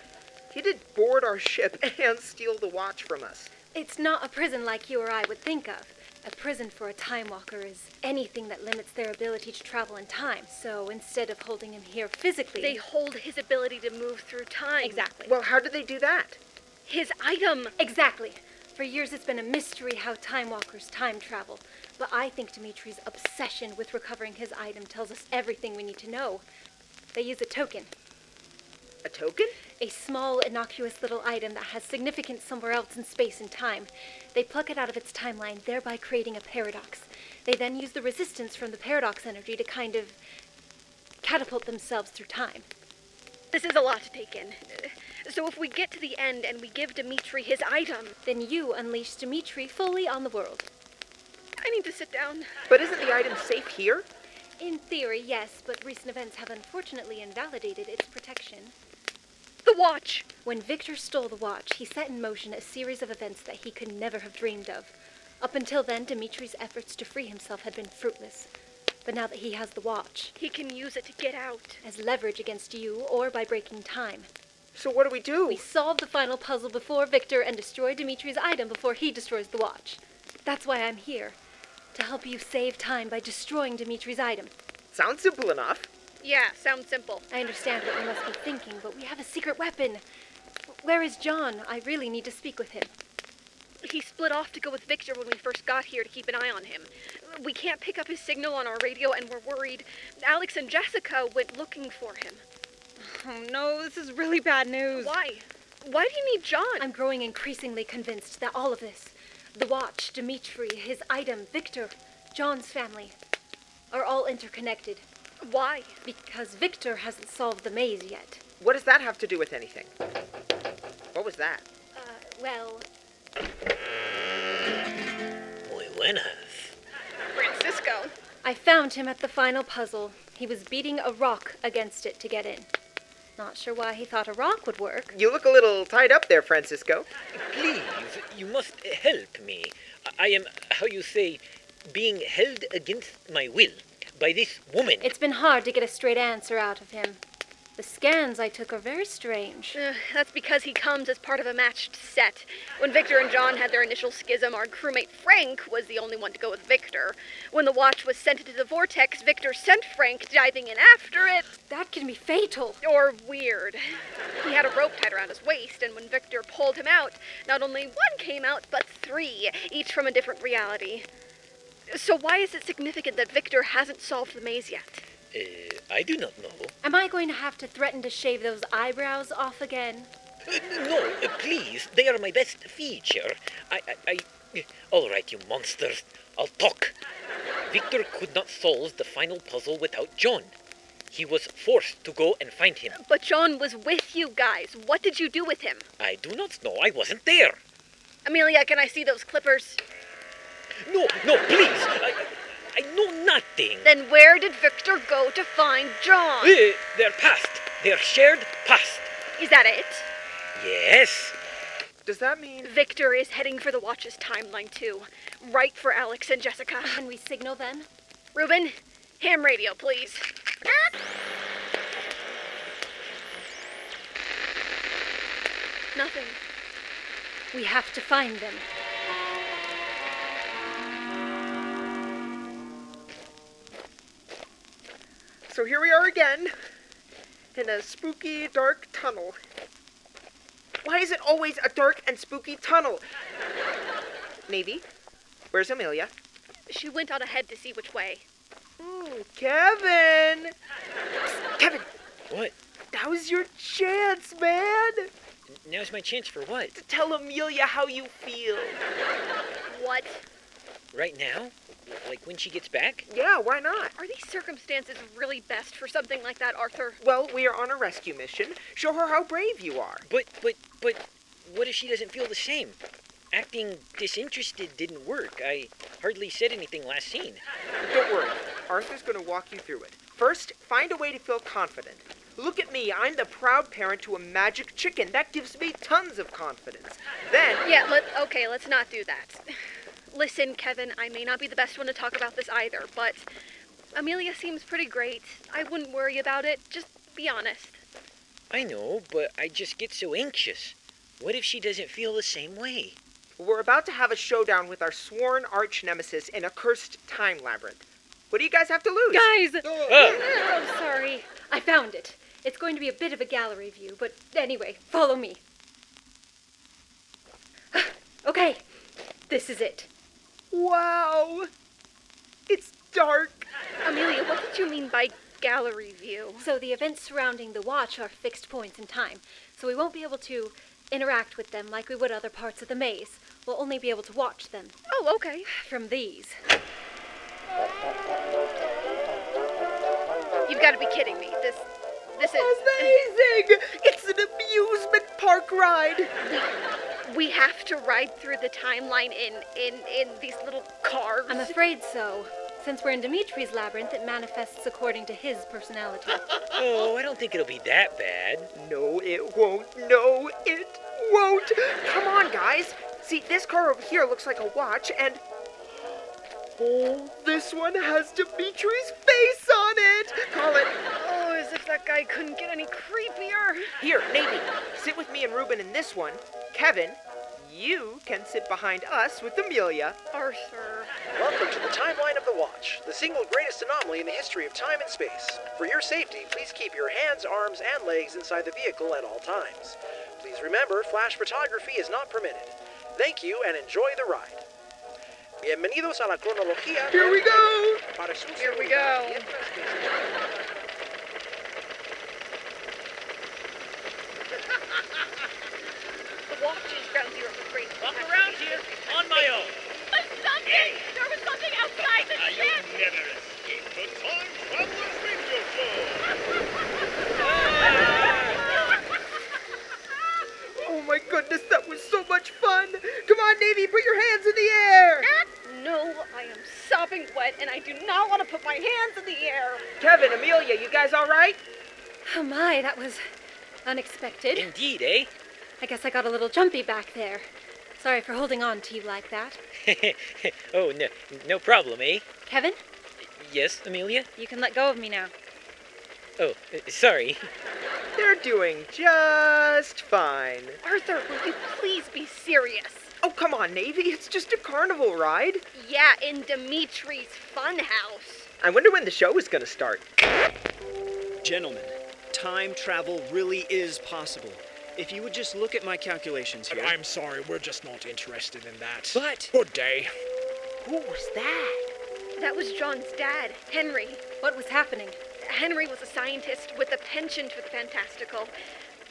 [SPEAKER 8] He did board our ship and steal the watch from us.
[SPEAKER 14] It's not a prison like you or I would think of. A prison for a time walker is anything that limits their ability to travel in time. So instead of holding him here physically,
[SPEAKER 6] They hold his ability to move through time.
[SPEAKER 14] Exactly.
[SPEAKER 8] Well, how did they do that?
[SPEAKER 6] His item.
[SPEAKER 14] Exactly. For years, it's been a mystery how time walkers time travel. But I think Dimitri's obsession with recovering his item tells us everything we need to know. They use a token.
[SPEAKER 8] A token?
[SPEAKER 14] A small, innocuous little item that has significance somewhere else in space and time. They pluck it out of its timeline, thereby creating a paradox. They then use the resistance from the paradox energy to kind of catapult themselves through time.
[SPEAKER 6] This is a lot to take in. So if we get to the end and we give Dimitri his item,
[SPEAKER 14] Then you unleash Dimitri fully on the world.
[SPEAKER 6] I need to sit down.
[SPEAKER 8] But isn't the item safe here?
[SPEAKER 14] In theory, yes, but recent events have unfortunately invalidated its protection.
[SPEAKER 6] The watch!
[SPEAKER 14] When Victor stole the watch, he set in motion a series of events that he could never have dreamed of. Up until then, Dimitri's efforts to free himself had been fruitless. But now that he has the watch,
[SPEAKER 6] He can use it to get out.
[SPEAKER 14] as leverage against you or by breaking time,
[SPEAKER 8] So what do we do?
[SPEAKER 14] we solve the final puzzle before Victor and destroy Dimitri's item before he destroys the watch. That's why I'm here. To help you save time by destroying Dimitri's item.
[SPEAKER 8] Sounds simple enough.
[SPEAKER 6] Yeah, sounds simple.
[SPEAKER 14] I understand what you must be thinking, but we have a secret weapon. Where is John? I really need to speak with him.
[SPEAKER 6] He split off to go with Victor when we first got here to keep an eye on him. We can't pick up his signal on our radio and we're worried. Alex and Jessica went looking for him.
[SPEAKER 16] Oh no, this is really bad news.
[SPEAKER 6] Why? Why do you need John?
[SPEAKER 14] I'm growing increasingly convinced that all of this the watch, Dmitri, his item, Victor, John's family are all interconnected.
[SPEAKER 6] Why?
[SPEAKER 14] Because Victor hasn't solved the maze yet.
[SPEAKER 8] What does that have to do with anything? What was that?
[SPEAKER 14] Uh, well,
[SPEAKER 2] Muy buena.
[SPEAKER 6] Francisco.
[SPEAKER 14] I found him at the final puzzle. He was beating a rock against it to get in. Not sure why he thought a rock would work.
[SPEAKER 8] You look a little tied up there, Francisco.
[SPEAKER 2] Please, you must help me. I am, how you say, being held against my will by this woman.
[SPEAKER 14] It's been hard to get a straight answer out of him. The scans I took are very strange.
[SPEAKER 6] Uh, that's because he comes as part of a matched set. When Victor and John had their initial schism, our crewmate Frank was the only one to go with Victor. When the watch was sent into the vortex, Victor sent Frank diving in after it.
[SPEAKER 14] That can be fatal.
[SPEAKER 6] Or weird. He had a rope tied around his waist, and when Victor pulled him out, not only one came out, but three, each from a different reality. So why is it significant that Victor hasn't solved the maze yet?
[SPEAKER 2] Uh, I do not know.
[SPEAKER 14] Am I going to have to threaten to shave those eyebrows off again?
[SPEAKER 2] Uh, no, uh, please, they are my best feature. I, I, I. All right, you monsters, I'll talk. Victor could not solve the final puzzle without John. He was forced to go and find him.
[SPEAKER 6] But John was with you guys. What did you do with him?
[SPEAKER 2] I do not know, I wasn't there.
[SPEAKER 6] Amelia, can I see those clippers?
[SPEAKER 2] No, no, please, I, I, I know nothing.
[SPEAKER 6] Then where did Victor go to find John?
[SPEAKER 2] Uh, their past, their shared past.
[SPEAKER 6] Is that it?
[SPEAKER 2] Yes.
[SPEAKER 8] Does that mean
[SPEAKER 6] Victor is heading for the Watch's timeline too, right for Alex and Jessica.
[SPEAKER 14] Can we signal them?
[SPEAKER 6] Ruben, ham radio, please. Nothing.
[SPEAKER 14] We have to find them.
[SPEAKER 8] So here we are again in a spooky, dark tunnel. Why is it always a dark and spooky tunnel? Navy, where's Amelia?
[SPEAKER 6] She went on ahead to see which way.
[SPEAKER 8] Ooh, Kevin! Kevin!
[SPEAKER 2] What?
[SPEAKER 8] That was your chance, man!
[SPEAKER 2] Now's my chance for what?
[SPEAKER 8] To tell Amelia how you feel.
[SPEAKER 6] What?
[SPEAKER 2] Right now? Like when she gets back?
[SPEAKER 8] Yeah, why not?
[SPEAKER 6] Are these circumstances really best for something like that, Arthur?
[SPEAKER 8] Well, we are on a rescue mission. Show her how brave you are.
[SPEAKER 2] But, but, but, what if she doesn't feel the same? Acting disinterested didn't work. I hardly said anything last scene.
[SPEAKER 8] Don't worry. Arthur's going to walk you through it. First, find a way to feel confident. Look at me. I'm the proud parent to a magic chicken. That gives me tons of confidence. Then.
[SPEAKER 6] Yeah, let, okay, let's not do that. Listen, Kevin, I may not be the best one to talk about this either, but Amelia seems pretty great. I wouldn't worry about it. Just be honest.
[SPEAKER 2] I know, but I just get so anxious. What if she doesn't feel the same way?
[SPEAKER 8] We're about to have a showdown with our sworn arch nemesis in a cursed time labyrinth. What do you guys have to lose?
[SPEAKER 14] Guys! Oh. oh, sorry. I found it. It's going to be a bit of a gallery view, but anyway, follow me. okay, this is it.
[SPEAKER 8] Wow! It's dark!
[SPEAKER 6] Amelia, what did you mean by gallery view?
[SPEAKER 14] So the events surrounding the watch are fixed points in time, so we won't be able to interact with them like we would other parts of the maze. We'll only be able to watch them.
[SPEAKER 6] Oh, okay.
[SPEAKER 14] From these.
[SPEAKER 6] You've got to be kidding me. This this is
[SPEAKER 8] amazing. it's an amusement park ride.
[SPEAKER 6] We have to ride through the timeline in in in these little cars.
[SPEAKER 14] I'm afraid so. Since we're in Dimitri's labyrinth, it manifests according to his personality.
[SPEAKER 2] oh, I don't think it'll be that bad.
[SPEAKER 8] No, it won't. No, it won't. Come on, guys. See, this car over here looks like a watch, and. Oh, this one has Dimitri's face on it! Call it.
[SPEAKER 6] Oh, as if that guy couldn't get any creepier.
[SPEAKER 8] Here, Navy, sit with me and Ruben in this one. Kevin, you can sit behind us with Amelia.
[SPEAKER 6] Arthur.
[SPEAKER 18] Welcome to the timeline of the watch, the single greatest anomaly in the history of time and space. For your safety, please keep your hands, arms, and legs inside the vehicle at all times. Please remember, flash photography is not permitted. Thank you and enjoy the ride. Bienvenidos a la cronología.
[SPEAKER 8] Here we go!
[SPEAKER 6] Here we go.
[SPEAKER 12] The watch is ground zero for great.
[SPEAKER 1] Walk around here on my own.
[SPEAKER 12] But something!
[SPEAKER 1] Hey!
[SPEAKER 12] There was something outside the
[SPEAKER 1] Now,
[SPEAKER 12] ship!
[SPEAKER 1] You'll never escape the Time Traveler's Radio Show!
[SPEAKER 8] Oh my goodness, that was so much fun! Come on, Navy, put your hands in the air!
[SPEAKER 6] No, I am sopping wet and I do not want to put my hands in the air.
[SPEAKER 8] Kevin, Amelia, you guys all right?
[SPEAKER 14] Oh my, that was unexpected.
[SPEAKER 2] Indeed, eh?
[SPEAKER 14] I guess I got a little jumpy back there. Sorry for holding on to you like that.
[SPEAKER 2] oh, no, no problem, eh?
[SPEAKER 14] Kevin,
[SPEAKER 2] Yes, Amelia?
[SPEAKER 14] you can let go of me now.
[SPEAKER 2] Oh, uh, sorry.
[SPEAKER 8] They're doing just fine.
[SPEAKER 6] Arthur, will you please be serious?
[SPEAKER 8] Oh, come on, Navy, it's just a carnival ride.
[SPEAKER 6] Yeah, in Dimitri's funhouse.
[SPEAKER 8] I wonder when the show is gonna start.
[SPEAKER 13] Gentlemen, time travel really is possible. If you would just look at my calculations here.
[SPEAKER 1] I'm sorry, we're just not interested in that.
[SPEAKER 13] But-
[SPEAKER 1] Good day.
[SPEAKER 8] Who was that?
[SPEAKER 6] That was John's dad, Henry.
[SPEAKER 14] What was happening?
[SPEAKER 6] Henry was a scientist with a penchant for the fantastical.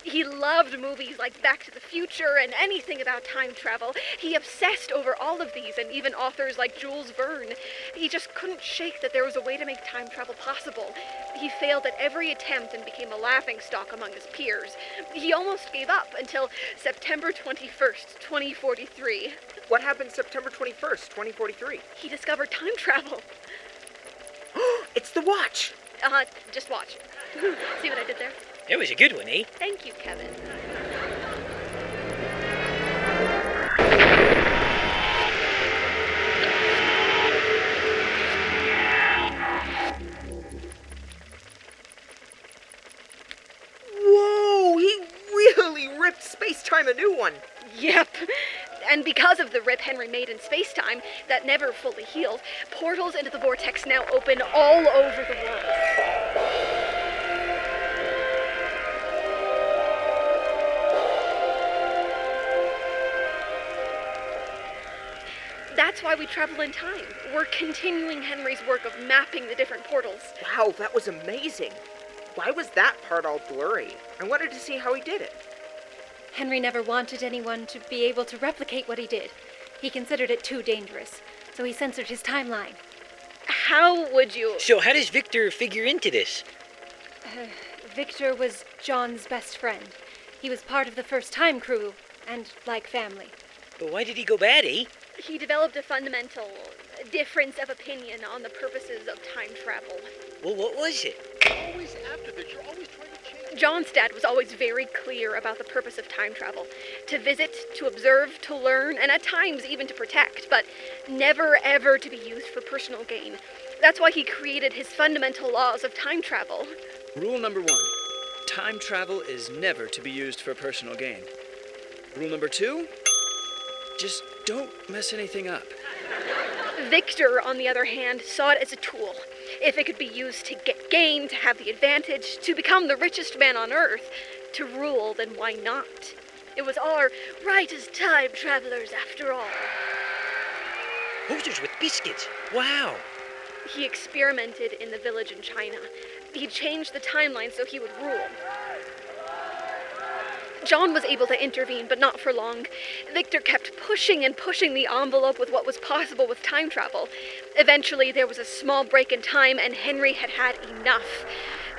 [SPEAKER 6] He loved movies like Back to the Future and anything about time travel. He obsessed over all of these and even authors like Jules Verne. He just couldn't shake that there was a way to make time travel possible. He failed at every attempt and became a laughingstock among his peers. He almost gave up until September 21st, 2043.
[SPEAKER 8] What happened September 21st, 2043?
[SPEAKER 6] He discovered time travel.
[SPEAKER 8] It's the watch!
[SPEAKER 6] Uh huh, just watch. See what I did there?
[SPEAKER 2] That was a good one, eh?
[SPEAKER 6] Thank you, Kevin.
[SPEAKER 8] Whoa, he really ripped space time a new one.
[SPEAKER 6] Yep. And because of the rip Henry made in space time that never fully healed, portals into the vortex now open all over the world. That's why we travel in time. We're continuing Henry's work of mapping the different portals.
[SPEAKER 8] Wow, that was amazing. Why was that part all blurry? I wanted to see how he did it.
[SPEAKER 14] Henry never wanted anyone to be able to replicate what he did. He considered it too dangerous, so he censored his timeline.
[SPEAKER 6] How would you?
[SPEAKER 2] So, how does Victor figure into this?
[SPEAKER 14] Uh, Victor was John's best friend. He was part of the first time crew, and like family.
[SPEAKER 2] But why did he go bad, eh?
[SPEAKER 6] He developed a fundamental difference of opinion on the purposes of time travel.
[SPEAKER 2] Well, what was it?
[SPEAKER 7] Always after this, you're always trying to change.
[SPEAKER 6] John's dad was always very clear about the purpose of time travel to visit, to observe, to learn, and at times even to protect, but never ever to be used for personal gain. That's why he created his fundamental laws of time travel.
[SPEAKER 13] Rule number one time travel is never to be used for personal gain. Rule number two just don't mess anything up.
[SPEAKER 6] Victor, on the other hand, saw it as a tool. If it could be used to get gain, to have the advantage, to become the richest man on earth, to rule, then why not? It was our right as time travelers after all.
[SPEAKER 2] Hooters with biscuits. Wow.
[SPEAKER 6] He experimented in the village in China. He changed the timeline so he would rule. John was able to intervene, but not for long. Victor kept pushing and pushing the envelope with what was possible with time travel. Eventually, there was a small break in time, and Henry had had enough.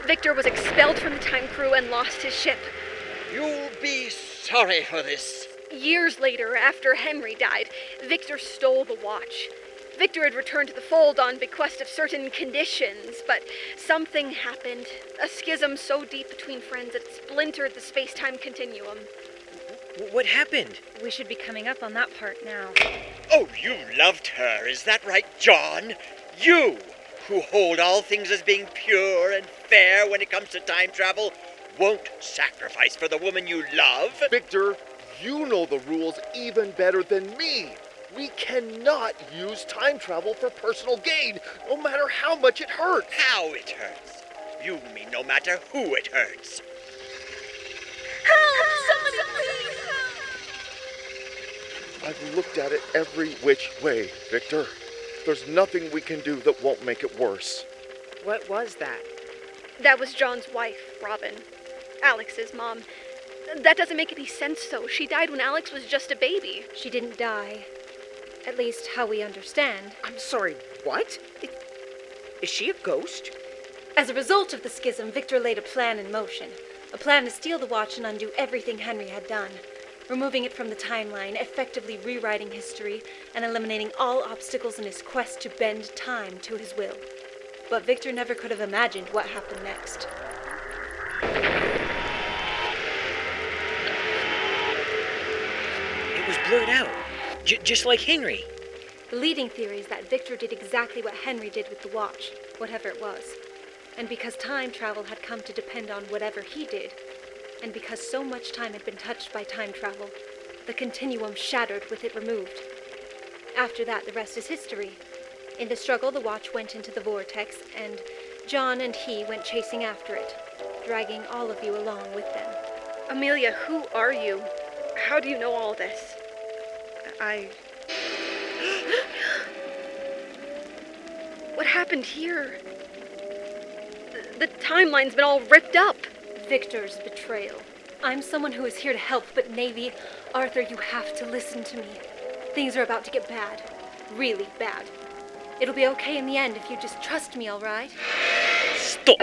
[SPEAKER 6] Victor was expelled from the time crew and lost his ship.
[SPEAKER 3] You'll be sorry for this.
[SPEAKER 6] Years later, after Henry died, Victor stole the watch. Victor had returned to the fold on bequest of certain conditions, but something happened. A schism so deep between friends it splintered the space time continuum.
[SPEAKER 2] W- what happened?
[SPEAKER 14] We should be coming up on that part now.
[SPEAKER 3] Oh, you loved her, is that right, John? You, who hold all things as being pure and fair when it comes to time travel, won't sacrifice for the woman you love?
[SPEAKER 7] Victor, you know the rules even better than me. We cannot use time travel for personal gain, no matter how much it hurts.
[SPEAKER 3] How it hurts. You mean no matter who it hurts.
[SPEAKER 12] Help! Somebody, please help!
[SPEAKER 7] I've looked at it every which way, Victor. There's nothing we can do that won't make it worse.
[SPEAKER 8] What was that?
[SPEAKER 6] That was John's wife, Robin, Alex's mom. That doesn't make any sense, though. She died when Alex was just a baby.
[SPEAKER 14] She didn't die. At least, how we understand.
[SPEAKER 8] I'm sorry, what? It- Is she a ghost?
[SPEAKER 14] As a result of the schism, Victor laid a plan in motion. A plan to steal the watch and undo everything Henry had done. Removing it from the timeline, effectively rewriting history, and eliminating all obstacles in his quest to bend time to his will. But Victor never could have imagined what happened next.
[SPEAKER 2] It was blurred out. J- just like Henry.
[SPEAKER 14] The leading theory is that Victor did exactly what Henry did with the watch, whatever it was. And because time travel had come to depend on whatever he did, and because so much time had been touched by time travel, the continuum shattered with it removed. After that, the rest is history. In the struggle, the watch went into the vortex, and John and he went chasing after it, dragging all of you along with them.
[SPEAKER 6] Amelia, who are you? How do you know all this? I. What happened here? The- The timeline's been all ripped up.
[SPEAKER 14] Victor's betrayal. I'm someone who is here to help, but Navy, Arthur, you have to listen to me. Things are about to get bad. Really bad. It'll be okay in the end if you just trust me, all right?
[SPEAKER 2] Stop!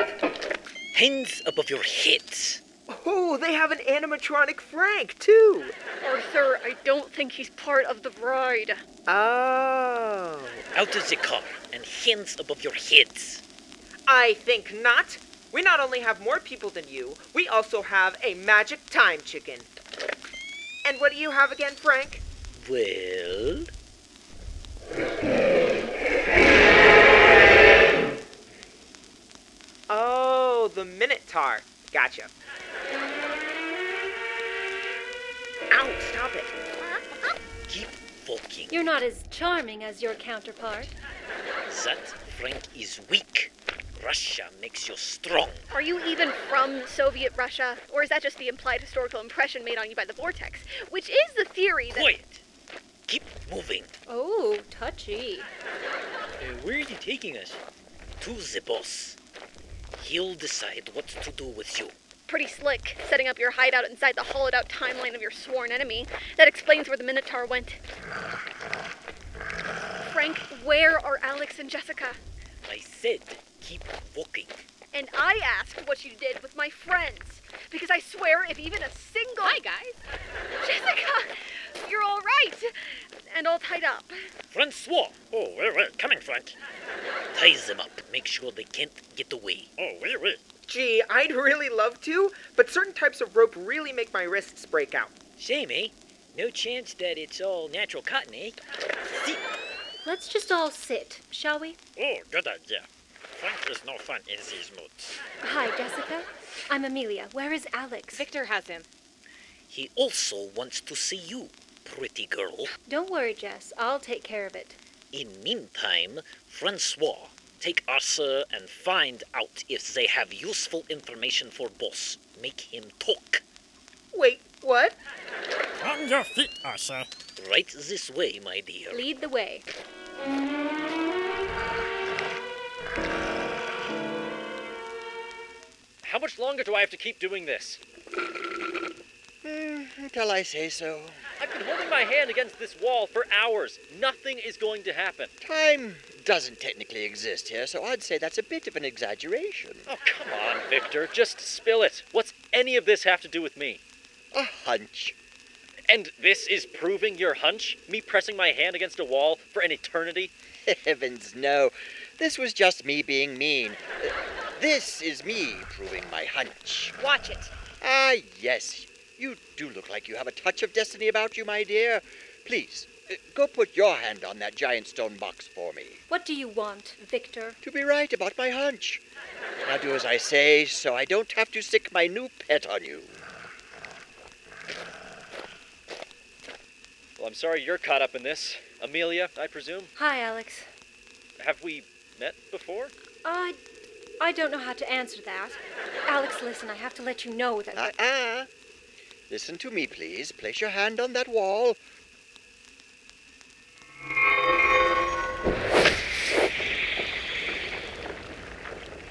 [SPEAKER 2] Hands above your heads.
[SPEAKER 8] Oh, they have an animatronic Frank, too.
[SPEAKER 6] Arthur, Oh, I don't think he's part of the ride.
[SPEAKER 8] Oh.
[SPEAKER 2] Out of the car and hands above your heads.
[SPEAKER 8] I think not. We not only have more people than you, we also have a magic time chicken. And what do you have again, Frank?
[SPEAKER 2] Well.
[SPEAKER 8] Oh, the Minotaur. Gotcha. Ow, stop it.
[SPEAKER 2] Walking.
[SPEAKER 14] You're not as charming as your counterpart.
[SPEAKER 2] That Frank is weak. Russia makes you strong.
[SPEAKER 6] Are you even from Soviet Russia? Or is that just the implied historical impression made on you by the Vortex? Which is the theory that.
[SPEAKER 2] Quiet! Keep moving.
[SPEAKER 14] Oh, touchy.
[SPEAKER 2] Uh, where is he taking us? To the boss. He'll decide what to do with you.
[SPEAKER 6] Pretty slick, setting up your hideout inside the hollowed out timeline of your sworn enemy. That explains where the Minotaur went. Frank, where are Alex and Jessica?
[SPEAKER 2] I said, keep walking.
[SPEAKER 6] And I asked what you did with my friends. Because I swear, if even a single. Hi, guys. Jessica, you're all right. And all tied up.
[SPEAKER 2] Francois! Oh, where, where? Coming, Frank. Tie them up. Make sure they can't get away.
[SPEAKER 19] Oh, where, where?
[SPEAKER 8] Gee, I'd really love to, but certain types of rope really make my wrists break out.
[SPEAKER 2] Shame, eh? No chance that it's all natural cotton, eh?
[SPEAKER 14] Let's just all sit, shall we?
[SPEAKER 1] Oh, good idea. Frank is no fun in these moods.
[SPEAKER 14] Hi, Jessica. I'm Amelia. Where is Alex?
[SPEAKER 2] Victor has him. He also wants to see you, pretty girl.
[SPEAKER 14] Don't worry, Jess. I'll take care of it.
[SPEAKER 2] In meantime, Francois, take Arthur and find out if they have useful information for boss. Make him talk.
[SPEAKER 8] Wait, what?
[SPEAKER 1] On your feet, Arthur.
[SPEAKER 2] Right this way, my dear.
[SPEAKER 14] Lead the way.
[SPEAKER 4] How much longer do I have to keep doing this?
[SPEAKER 3] Until Uh, I say so.
[SPEAKER 4] I've been holding my hand against this wall for hours. Nothing is going to happen.
[SPEAKER 3] Time doesn't technically exist here, so I'd say that's a bit of an exaggeration.
[SPEAKER 4] Oh, come on, Victor. Just spill it. What's any of this have to do with me?
[SPEAKER 3] A hunch.
[SPEAKER 4] And this is proving your hunch? Me pressing my hand against a wall for an eternity?
[SPEAKER 3] Heavens, no. This was just me being mean. Uh, This is me proving my hunch.
[SPEAKER 16] Watch it.
[SPEAKER 3] Ah, yes. You do look like you have a touch of destiny about you, my dear. Please, uh, go put your hand on that giant stone box for me.
[SPEAKER 14] What do you want, Victor?
[SPEAKER 3] To be right about my hunch. Now do as I say, so I don't have to sick my new pet on you.
[SPEAKER 4] Well, I'm sorry you're caught up in this. Amelia, I presume.
[SPEAKER 14] Hi, Alex.
[SPEAKER 4] Have we met before?
[SPEAKER 14] I. I don't know how to answer that. Alex, listen, I have to let you know that.
[SPEAKER 3] Ah, ah. Listen to me, please. Place your hand on that wall.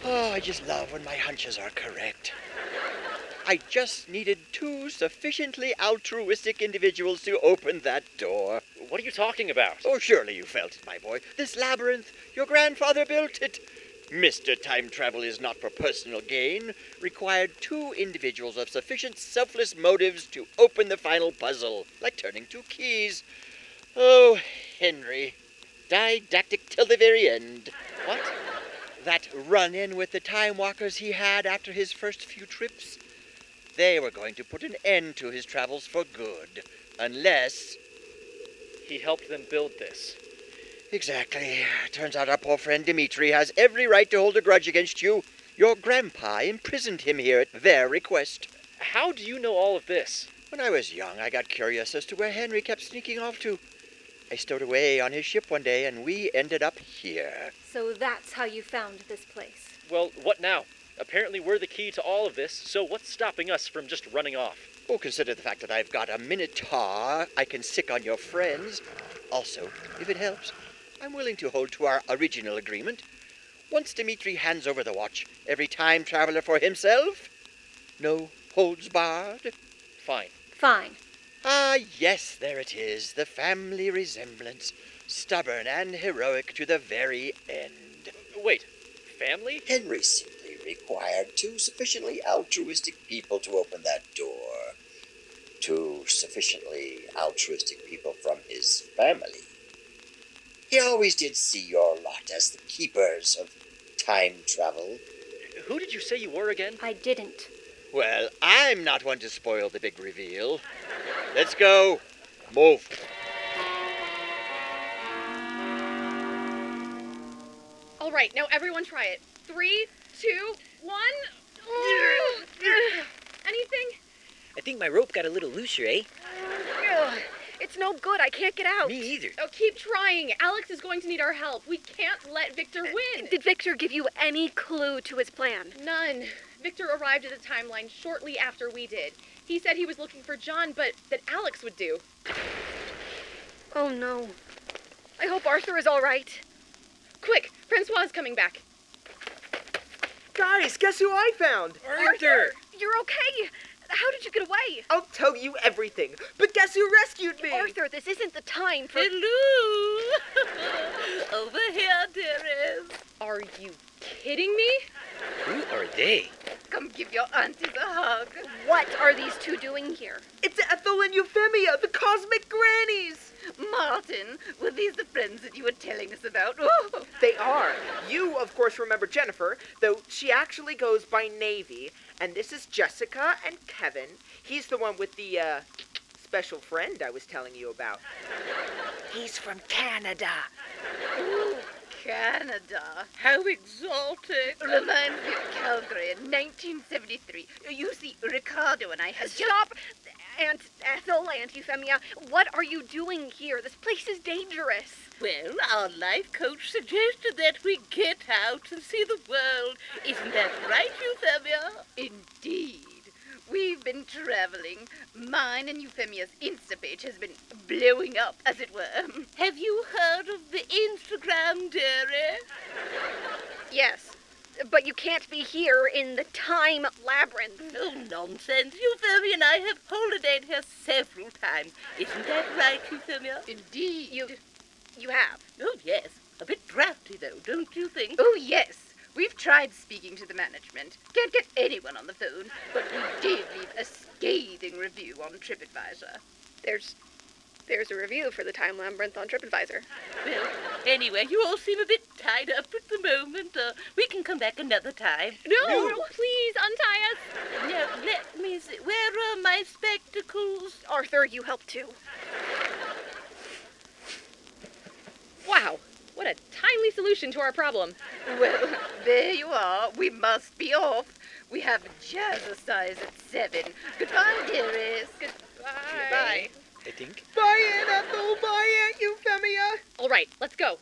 [SPEAKER 3] Oh, I just love when my hunches are correct. I just needed two sufficiently altruistic individuals to open that door.
[SPEAKER 4] What are you talking about?
[SPEAKER 3] Oh, surely you felt it, my boy. This labyrinth, your grandfather built it. Mr. Time Travel is not for personal gain. Required two individuals of sufficient selfless motives to open the final puzzle, like turning two keys. Oh, Henry. Didactic till the very end. What? That run in with the Time Walkers he had after his first few trips? They were going to put an end to his travels for good. Unless.
[SPEAKER 4] He helped them build this.
[SPEAKER 3] Exactly. Turns out our poor friend Dimitri has every right to hold a grudge against you. Your grandpa imprisoned him here at their request.
[SPEAKER 4] How do you know all of this?
[SPEAKER 3] When I was young, I got curious as to where Henry kept sneaking off to. I stowed away on his ship one day, and we ended up here.
[SPEAKER 14] So that's how you found this place.
[SPEAKER 4] Well, what now? Apparently, we're the key to all of this, so what's stopping us from just running off?
[SPEAKER 3] Oh, consider the fact that I've got a minotaur I can sick on your friends. Also, if it helps, I'm willing to hold to our original agreement. Once Dimitri hands over the watch, every time traveler for himself? No holds barred? Fine.
[SPEAKER 14] Fine.
[SPEAKER 3] Ah, yes, there it is, the family resemblance, stubborn and heroic to the very end.
[SPEAKER 17] Wait, family?
[SPEAKER 20] Henry simply required two sufficiently altruistic people to open that door. Two sufficiently altruistic people from his family. He always did see your lot as the keepers of time travel.
[SPEAKER 17] Who did you say you were again?
[SPEAKER 14] I didn't.
[SPEAKER 3] Well, I'm not one to spoil the big reveal. Let's go. Move.
[SPEAKER 5] All right, now everyone try it. Three, two, one. Ooh. Anything?
[SPEAKER 2] I think my rope got a little looser, eh?
[SPEAKER 6] Ugh, it's no good. I can't get out.
[SPEAKER 2] Me either.
[SPEAKER 5] Oh, keep trying. Alex is going to need our help. We can't let Victor win.
[SPEAKER 6] Uh, Did Victor give you any clue to his plan?
[SPEAKER 5] None. Victor arrived at the timeline shortly after we did. He said he was looking for John, but that Alex would do.
[SPEAKER 6] Oh no. I hope Arthur is all right.
[SPEAKER 5] Quick, Francois is coming back.
[SPEAKER 8] Guys, guess who I found?
[SPEAKER 2] Arthur!
[SPEAKER 6] You're okay. How did you get away?
[SPEAKER 8] I'll tell you everything. Oh, But guess who rescued me?
[SPEAKER 6] Arthur, this isn't the time for.
[SPEAKER 16] Hello! Over here, dearest.
[SPEAKER 5] Are you kidding me?
[SPEAKER 2] Who are they?
[SPEAKER 16] Come give your aunties a hug.
[SPEAKER 6] What are these two doing here?
[SPEAKER 8] It's Ethel and Euphemia, the cosmic grannies.
[SPEAKER 16] Martin, were these the friends that you were telling us about? Oh.
[SPEAKER 8] They are. You, of course, remember Jennifer, though she actually goes by Navy. And this is Jessica and Kevin. He's the one with the uh, special friend I was telling you about. He's from Canada.
[SPEAKER 16] Ooh, Canada. How exalted. Reminds me of Calgary in 1973. You see, Ricardo and I had
[SPEAKER 6] Stop! Aunt Ethel, Aunt Euphemia, what are you doing here? This place is dangerous.
[SPEAKER 16] Well, our life coach suggested that we get out and see the world. Isn't that right, Euphemia? Indeed. We've been traveling. Mine and Euphemia's Insta page has been blowing up, as it were. Have you heard of the Instagram, dearie?
[SPEAKER 6] Yes, but you can't be here in the time labyrinth.
[SPEAKER 16] Oh, nonsense. Euphemia and I have holidayed here several times. Isn't that right, Euphemia? Indeed.
[SPEAKER 6] You, you have.
[SPEAKER 16] Oh, yes. A bit drafty, though, don't you think?
[SPEAKER 6] Oh, yes.
[SPEAKER 16] We've tried speaking to the management. Can't get anyone on the phone, but we did leave a scathing review on TripAdvisor.
[SPEAKER 6] There's, there's a review for the time labyrinth on TripAdvisor.
[SPEAKER 16] Well, anyway, you all seem a bit tied up at the moment. Uh, we can come back another time.
[SPEAKER 5] No, please untie us.
[SPEAKER 16] Now, let me see. Where are my spectacles?
[SPEAKER 6] Arthur, you help too.
[SPEAKER 5] Wow, what a timely solution to our problem.
[SPEAKER 16] Well, there you are. We must be off. We have jazzercise at seven. Goodbye, dearies. Goodbye.
[SPEAKER 2] Bye. I think.
[SPEAKER 8] Bye, Aunt Ethel. Bye, Aunt Euphemia.
[SPEAKER 5] All right, let's go.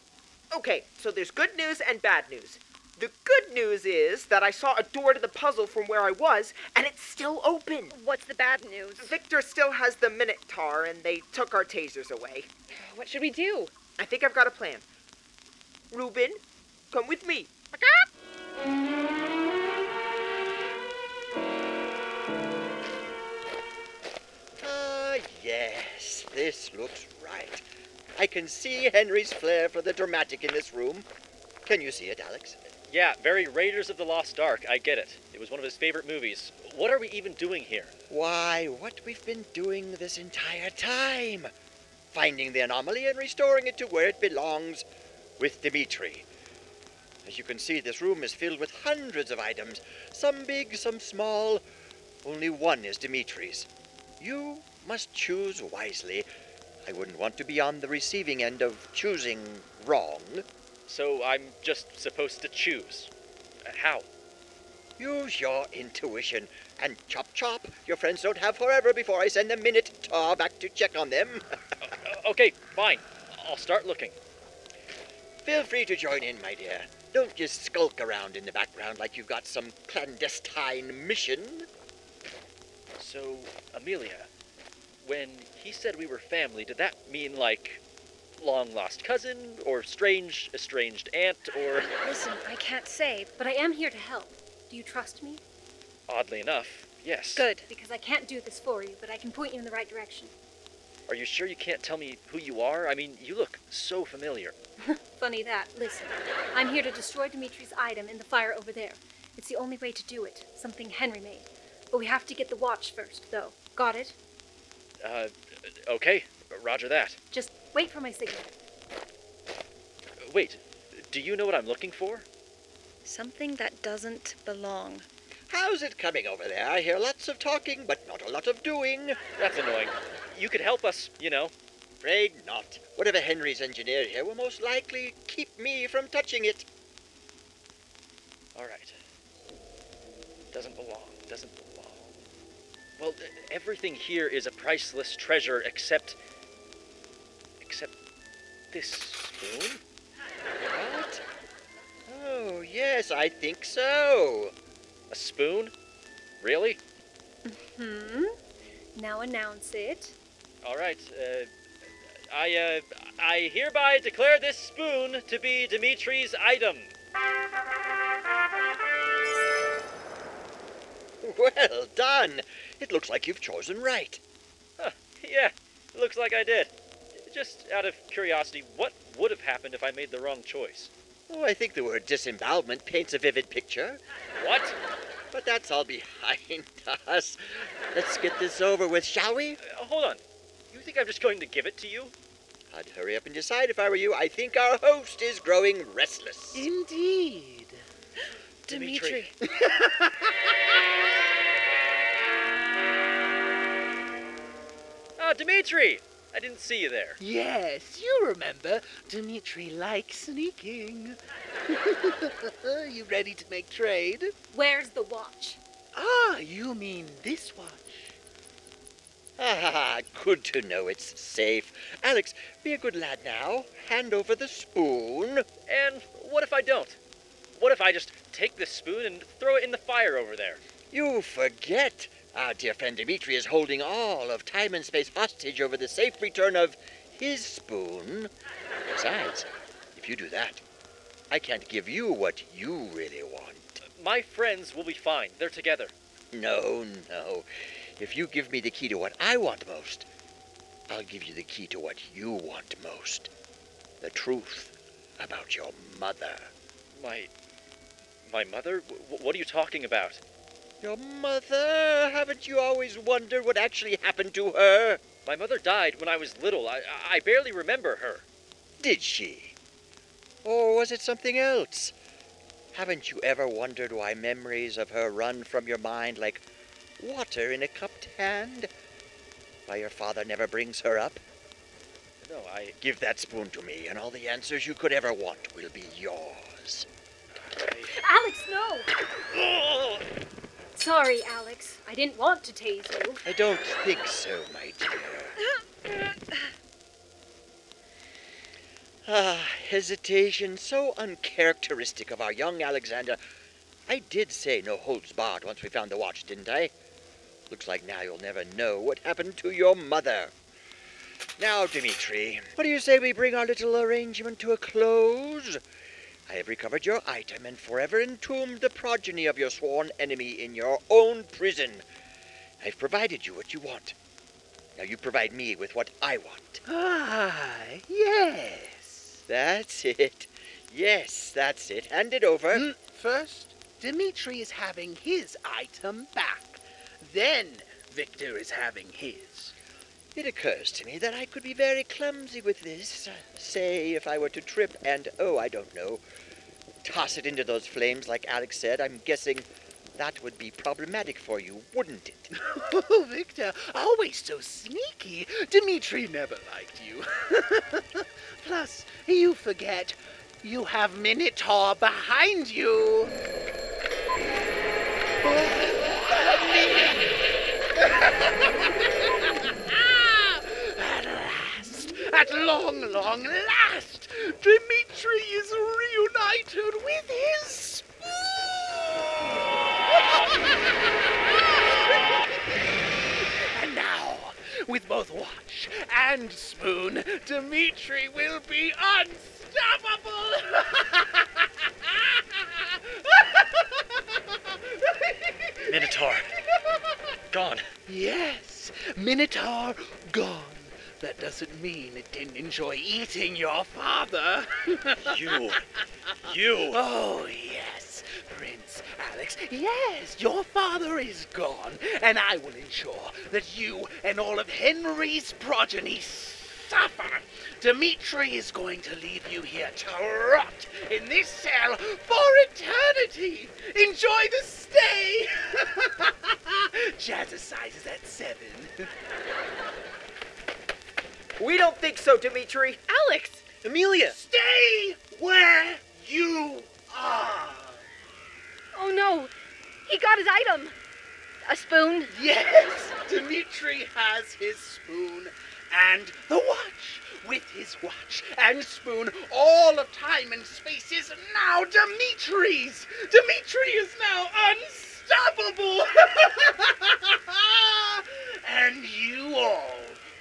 [SPEAKER 8] Okay, so there's good news and bad news. The good news is that I saw a door to the puzzle from where I was, and it's still open.
[SPEAKER 6] What's the bad news?
[SPEAKER 8] Victor still has the Minotaur, and they took our tasers away.
[SPEAKER 5] What should we do?
[SPEAKER 8] I think I've got a plan. Reuben, come with me.
[SPEAKER 3] Ah, yes, this looks right. I can see Henry's flair for the dramatic in this room. Can you see it, Alex?
[SPEAKER 17] Yeah, very Raiders of the Lost Ark. I get it. It was one of his favorite movies. What are we even doing here?
[SPEAKER 3] Why, what we've been doing this entire time finding the anomaly and restoring it to where it belongs with Dimitri. As you can see, this room is filled with hundreds of items, some big, some small. Only one is Dimitri's. You must choose wisely. I wouldn't want to be on the receiving end of choosing wrong.
[SPEAKER 17] So I'm just supposed to choose. Uh, How?
[SPEAKER 3] Use your intuition and chop chop. Your friends don't have forever before I send the Minotaur back to check on them.
[SPEAKER 17] O- okay, fine. I'll start looking.
[SPEAKER 3] Feel free to join in, my dear. Don't just skulk around in the background like you've got some clandestine mission.
[SPEAKER 17] So, Amelia, when he said we were family, did that mean like
[SPEAKER 4] long lost cousin, or strange estranged aunt, or.
[SPEAKER 14] Listen, I can't say, but I am here to help. Do you trust me?
[SPEAKER 4] Oddly enough, yes.
[SPEAKER 14] Good. Because I can't do this for you, but I can point you in the right direction.
[SPEAKER 4] Are you sure you can't tell me who you are? I mean, you look so familiar.
[SPEAKER 14] Funny that. Listen, I'm here to destroy Dimitri's item in the fire over there. It's the only way to do it, something Henry made. But we have to get the watch first, though. Got it?
[SPEAKER 4] Uh, okay, roger that.
[SPEAKER 14] Just wait for my signal.
[SPEAKER 4] Wait, do you know what I'm looking for?
[SPEAKER 21] Something that doesn't belong.
[SPEAKER 3] How's it coming over there? I hear lots of talking, but not a lot of doing.
[SPEAKER 4] That's annoying. You could help us, you know.
[SPEAKER 3] Afraid not. Whatever Henry's engineered here will most likely keep me from touching it.
[SPEAKER 4] All right. Doesn't belong. Doesn't belong. Well, th- everything here is a priceless treasure except. except. this spoon?
[SPEAKER 3] What? Hmm? Oh, yes, I think so.
[SPEAKER 4] A spoon? Really?
[SPEAKER 14] Hmm? Now announce it.
[SPEAKER 4] All right. Uh, I uh, I hereby declare this spoon to be Dimitri's item.
[SPEAKER 3] Well done. It looks like you've chosen right.
[SPEAKER 4] Huh, yeah, looks like I did. Just out of curiosity, what would have happened if I made the wrong choice?
[SPEAKER 3] Oh, I think the word disembowelment paints a vivid picture.
[SPEAKER 4] What?
[SPEAKER 3] But that's all behind us. Let's get this over with, shall we?
[SPEAKER 4] Uh, hold on. You think I'm just going to give it to you?
[SPEAKER 3] I'd hurry up and decide if I were you. I think our host is growing restless.
[SPEAKER 7] Indeed.
[SPEAKER 21] Dimitri.
[SPEAKER 4] Ah, Dimitri! I didn't see you there.
[SPEAKER 7] Yes, you remember. Dimitri likes sneaking. you ready to make trade?
[SPEAKER 14] Where's the watch?
[SPEAKER 7] Ah, you mean this watch.
[SPEAKER 3] Ah, good to know it's safe. Alex, be a good lad now. Hand over the spoon.
[SPEAKER 4] And what if I don't? What if I just take this spoon and throw it in the fire over there?
[SPEAKER 3] You forget. Our dear friend Dimitri is holding all of time and space hostage over the safe return of his spoon. Besides, if you do that, I can't give you what you really want.
[SPEAKER 4] My friends will be fine. They're together.
[SPEAKER 3] No, no. If you give me the key to what I want most, I'll give you the key to what you want most the truth about
[SPEAKER 7] Oh,
[SPEAKER 3] your mother.
[SPEAKER 4] My. My mother? W- what are you talking about?
[SPEAKER 3] Your mother? Haven't you always wondered what actually happened to her?
[SPEAKER 4] My mother died when I was little. I, I barely remember her.
[SPEAKER 3] Did she? Or was it something else? Haven't you ever wondered why memories of her run from your mind like water in a cupped hand? Why your father never brings her up?
[SPEAKER 4] No, I.
[SPEAKER 3] Give that spoon to me, and all the answers you could ever want will be yours.
[SPEAKER 14] Alex, no! Sorry, Alex. I didn't want to tase you.
[SPEAKER 3] I don't think so, my dear. Ah, hesitation, so uncharacteristic of our young Alexander. I did say no holds barred once we found the watch, didn't I? Looks like now you'll never know what happened to your mother. Now, Dimitri, what do you say we bring our little arrangement to a close? I have recovered your item and forever entombed the progeny of your sworn enemy in your own prison. I've provided you what you want. Now you provide me with what I want.
[SPEAKER 7] Ah, yes.
[SPEAKER 3] That's it. Yes, that's it. Hand it over. Mm,
[SPEAKER 7] first, Dimitri is having his item back. Then, Victor is having his.
[SPEAKER 3] It occurs to me that I could be very clumsy with this. Say, if I were to trip and, oh, I don't know, toss it into those flames like Alex said, I'm guessing that would be problematic for you, wouldn't it?
[SPEAKER 7] oh, Victor, always so sneaky. Dimitri never liked you. Plus, you forget you have Minotaur behind you. At long, long last, Dmitri is reunited with his spoon! and now, with both watch watch and spoon, Dimitri will be unstoppable!
[SPEAKER 4] Minotaur. Gone.
[SPEAKER 7] Yes, Minotaur gone. That doesn't mean it didn't enjoy eating your father.
[SPEAKER 4] You. You.
[SPEAKER 7] Oh, yes, Prince Alex. Yes, your father is gone, and I will ensure that you and all of Henry's progeny suffer. Dimitri is going to leave you here to rot in this cell for eternity. Enjoy the stay. Jazzercise is at seven.
[SPEAKER 8] We don't think so, Dimitri.
[SPEAKER 5] Alex!
[SPEAKER 8] Amelia!
[SPEAKER 7] Stay where you are.
[SPEAKER 6] Oh no! He got his item! A spoon?
[SPEAKER 7] Yes, Dimitri has his spoon and the watch. With his watch and spoon, all of time and space is now Dimitri's. Dimitri is now unstoppable. and you all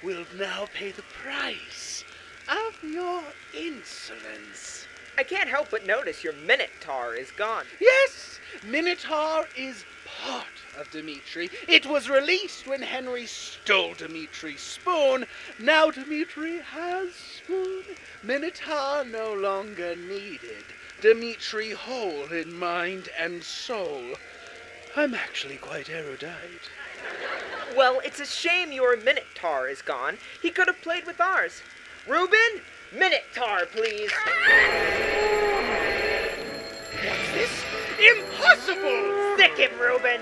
[SPEAKER 7] will now pay the price of your insolence.
[SPEAKER 8] I can't help but notice your Minotaur is gone.
[SPEAKER 7] Yes, Minotaur is part of Dimitri. It was released when Henry stole Dimitri's spoon. Now Dimitri has spoon. Minotaur no longer needed. Dimitri whole in mind and soul. I'm actually quite erudite.
[SPEAKER 8] Well, it's a shame your Minotaur is gone. He could have played with ours. Reuben, Minotaur, please.
[SPEAKER 7] What's this? Impossible!
[SPEAKER 8] Stick him, Reuben.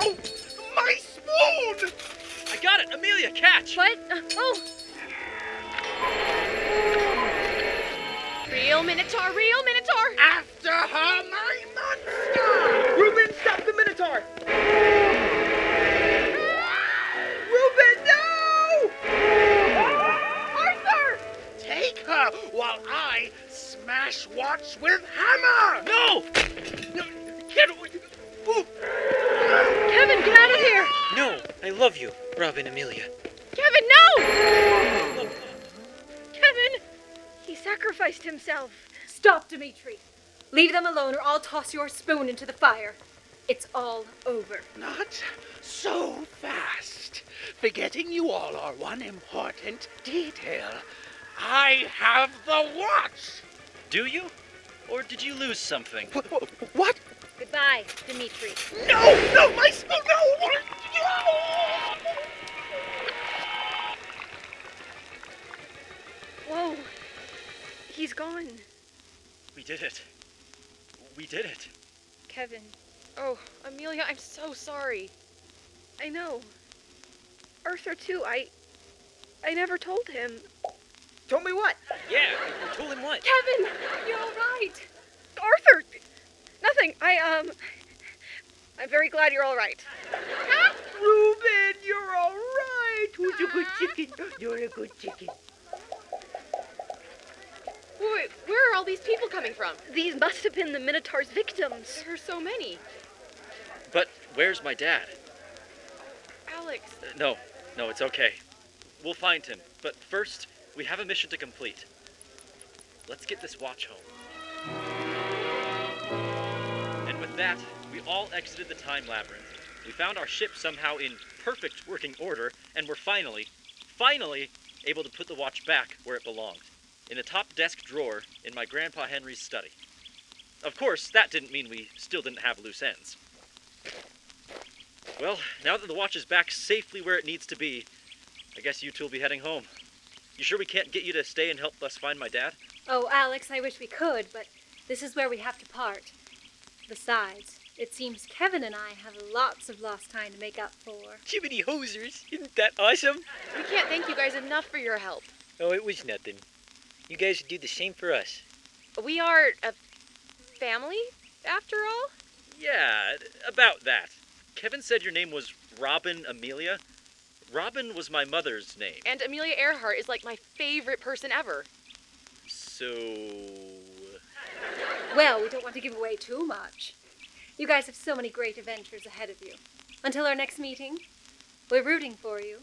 [SPEAKER 7] Oh, my spoon!
[SPEAKER 4] I got it! Amelia, catch!
[SPEAKER 5] What? Oh! Real Minotaur, real Minotaur!
[SPEAKER 7] After her, my monster!
[SPEAKER 8] Reuben, stop the Minotaur! Reuben, no! Arthur!
[SPEAKER 7] Take her while I smash watch with hammer!
[SPEAKER 4] No!
[SPEAKER 7] Get away! Ooh.
[SPEAKER 5] Kevin, get out of here!
[SPEAKER 2] No, I love you, Robin Amelia.
[SPEAKER 5] Kevin, no! Kevin!
[SPEAKER 6] He sacrificed himself.
[SPEAKER 14] Stop, Dimitri. Leave them alone, or I'll toss your spoon into the fire. It's all over.
[SPEAKER 7] Not so fast. Forgetting you all are one important detail. I have the watch!
[SPEAKER 4] Do you? Or did you lose something?
[SPEAKER 7] Wh- wh- What?
[SPEAKER 14] Goodbye, Dimitri.
[SPEAKER 7] No! No, my spoon! No!
[SPEAKER 6] Whoa! He's gone.
[SPEAKER 4] We did it. We did it.
[SPEAKER 5] Kevin. Oh, Amelia, I'm so sorry.
[SPEAKER 6] I know. Arthur, too. I. I never told him.
[SPEAKER 8] Told me what?
[SPEAKER 2] Yeah, told him what?
[SPEAKER 6] Kevin! You're alright! Arthur! Nothing. I, um. I'm very glad you're alright.
[SPEAKER 8] Reuben, you're all right. Who's a good chicken? You're a good chicken.
[SPEAKER 5] Wait, wait, where are all these people coming from?
[SPEAKER 6] These must have been the Minotaur's victims.
[SPEAKER 5] There are so many.
[SPEAKER 4] But where's my dad?
[SPEAKER 5] Alex,
[SPEAKER 4] Uh, No, no, it's okay. We'll find him. But first, we have a mission to complete. Let's get this watch home. And with that, we all exited the time labyrinth. We found our ship somehow in perfect working order, and were finally, finally, able to put the watch back where it belonged in the top desk drawer in my Grandpa Henry's study. Of course, that didn't mean we still didn't have loose ends. Well, now that the watch is back safely where it needs to be, I guess you two will be heading home. You sure we can't get you to stay and help us find my dad?
[SPEAKER 14] Oh, Alex, I wish we could, but this is where we have to part. Besides, it seems Kevin and I have lots of lost time to make up for.
[SPEAKER 2] Jiminy hosers, isn't that awesome?
[SPEAKER 5] we can't thank you guys enough for your help.
[SPEAKER 2] Oh, it was nothing. You guys do the same for us.
[SPEAKER 5] We are a family, after all?
[SPEAKER 4] Yeah, about that. Kevin said your name was Robin Amelia. Robin was my mother's name.
[SPEAKER 5] And Amelia Earhart is like my favorite person ever.
[SPEAKER 4] So.
[SPEAKER 14] Well, we don't want to give away too much. You guys have so many great adventures ahead of you. Until our next meeting, we're rooting for you.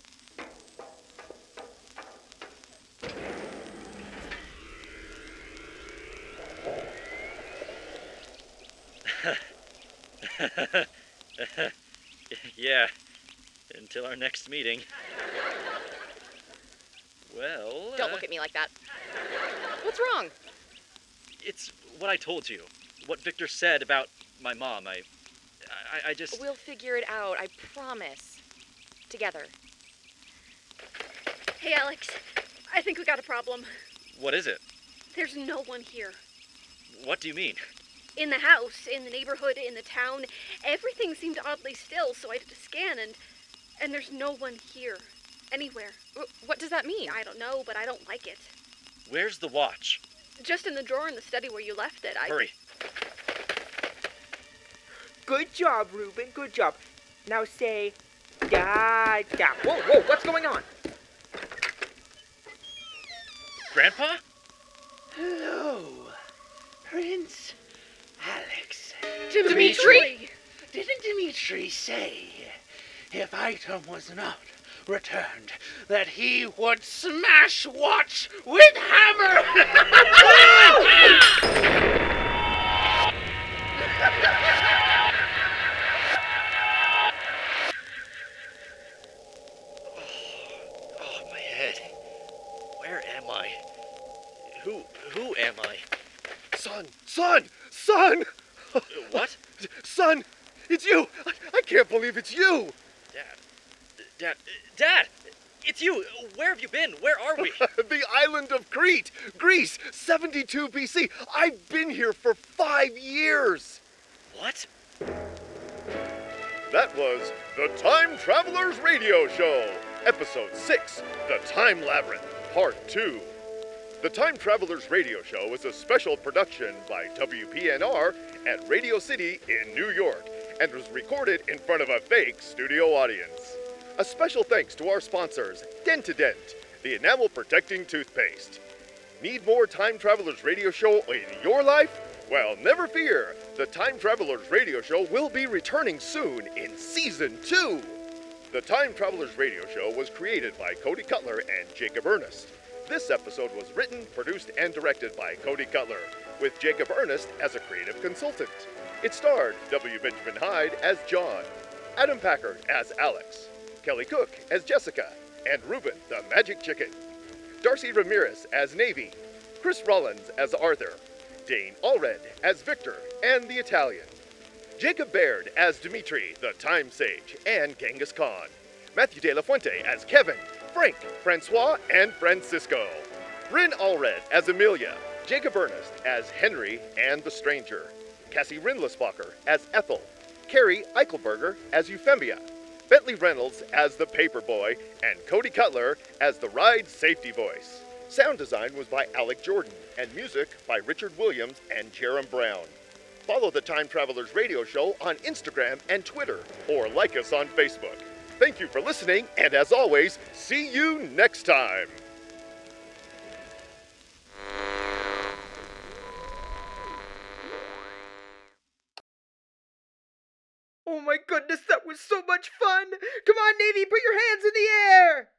[SPEAKER 4] yeah, until our next meeting. Well. uh,
[SPEAKER 5] Don't look at me like that. What's wrong?
[SPEAKER 4] It's what I told you. What Victor said about my mom. I. I, I just.
[SPEAKER 5] We'll figure it out, I promise. Together.
[SPEAKER 6] Hey, Alex, I think we got a problem.
[SPEAKER 4] What is it?
[SPEAKER 6] There's no one here.
[SPEAKER 4] What do you mean?
[SPEAKER 6] In the house, in the neighborhood, in the town, everything seemed oddly still, so I did a scan and. and there's no one here. Anywhere.
[SPEAKER 5] What does that mean?
[SPEAKER 6] I don't know, but I don't like it.
[SPEAKER 4] Where's the watch?
[SPEAKER 6] Just in the drawer in the study where you left it, I.
[SPEAKER 4] Hurry.
[SPEAKER 8] Good job, Reuben. Good job. Now say, da da. Whoa, whoa, what's going on?
[SPEAKER 4] Grandpa?
[SPEAKER 7] Hello, Prince Alex.
[SPEAKER 5] Dimitri!
[SPEAKER 7] Didn't Dimitri say if item was not returned that he would smash watch with hammer?
[SPEAKER 4] Oh, my head. Where am I? Who who am I?
[SPEAKER 7] Son, son, son!
[SPEAKER 4] What?
[SPEAKER 7] Son, it's you! I, I can't believe it's you!
[SPEAKER 4] Dad. Dad. Dad! It's you! Where have you been? Where are we?
[SPEAKER 7] the island of Crete, Greece, 72 BC. I've been here for five years.
[SPEAKER 4] What?
[SPEAKER 10] That was The Time Traveler's Radio Show, Episode 6 The Time Labyrinth, Part 2. The Time Traveler's Radio Show is a special production by WPNR at Radio City in New York and was recorded in front of a fake studio audience. A special thanks to our sponsors, Dent to Dent, the enamel protecting toothpaste. Need more Time Travelers Radio Show in your life? Well, never fear! The Time Travelers Radio Show will be returning soon in Season 2! The Time Travelers Radio Show was created by Cody Cutler and Jacob Ernest. This episode was written, produced, and directed by Cody Cutler, with Jacob Ernest as a creative consultant. It starred W. Benjamin Hyde as John, Adam Packard as Alex, Kelly Cook as Jessica, and Ruben the Magic Chicken. Darcy Ramirez as Navy, Chris Rollins as Arthur, Dane Allred as Victor and the Italian, Jacob Baird as Dimitri the Time Sage and Genghis Khan, Matthew De La Fuente as Kevin, Frank, Francois, and Francisco, Bryn Allred as Amelia, Jacob Ernest as Henry and the Stranger, Cassie Rindlisbacher as Ethel, Carrie Eichelberger as Euphemia, Bentley Reynolds as the paperboy, and Cody Cutler as the ride safety voice. Sound design was by Alec Jordan, and music by Richard Williams and Jerem Brown. Follow the Time Travelers Radio Show on Instagram and Twitter, or like us on Facebook. Thank you for listening, and as always, see you next time.
[SPEAKER 8] Oh my goodness, that was so much fun! Come on, Navy, put your hands in the air!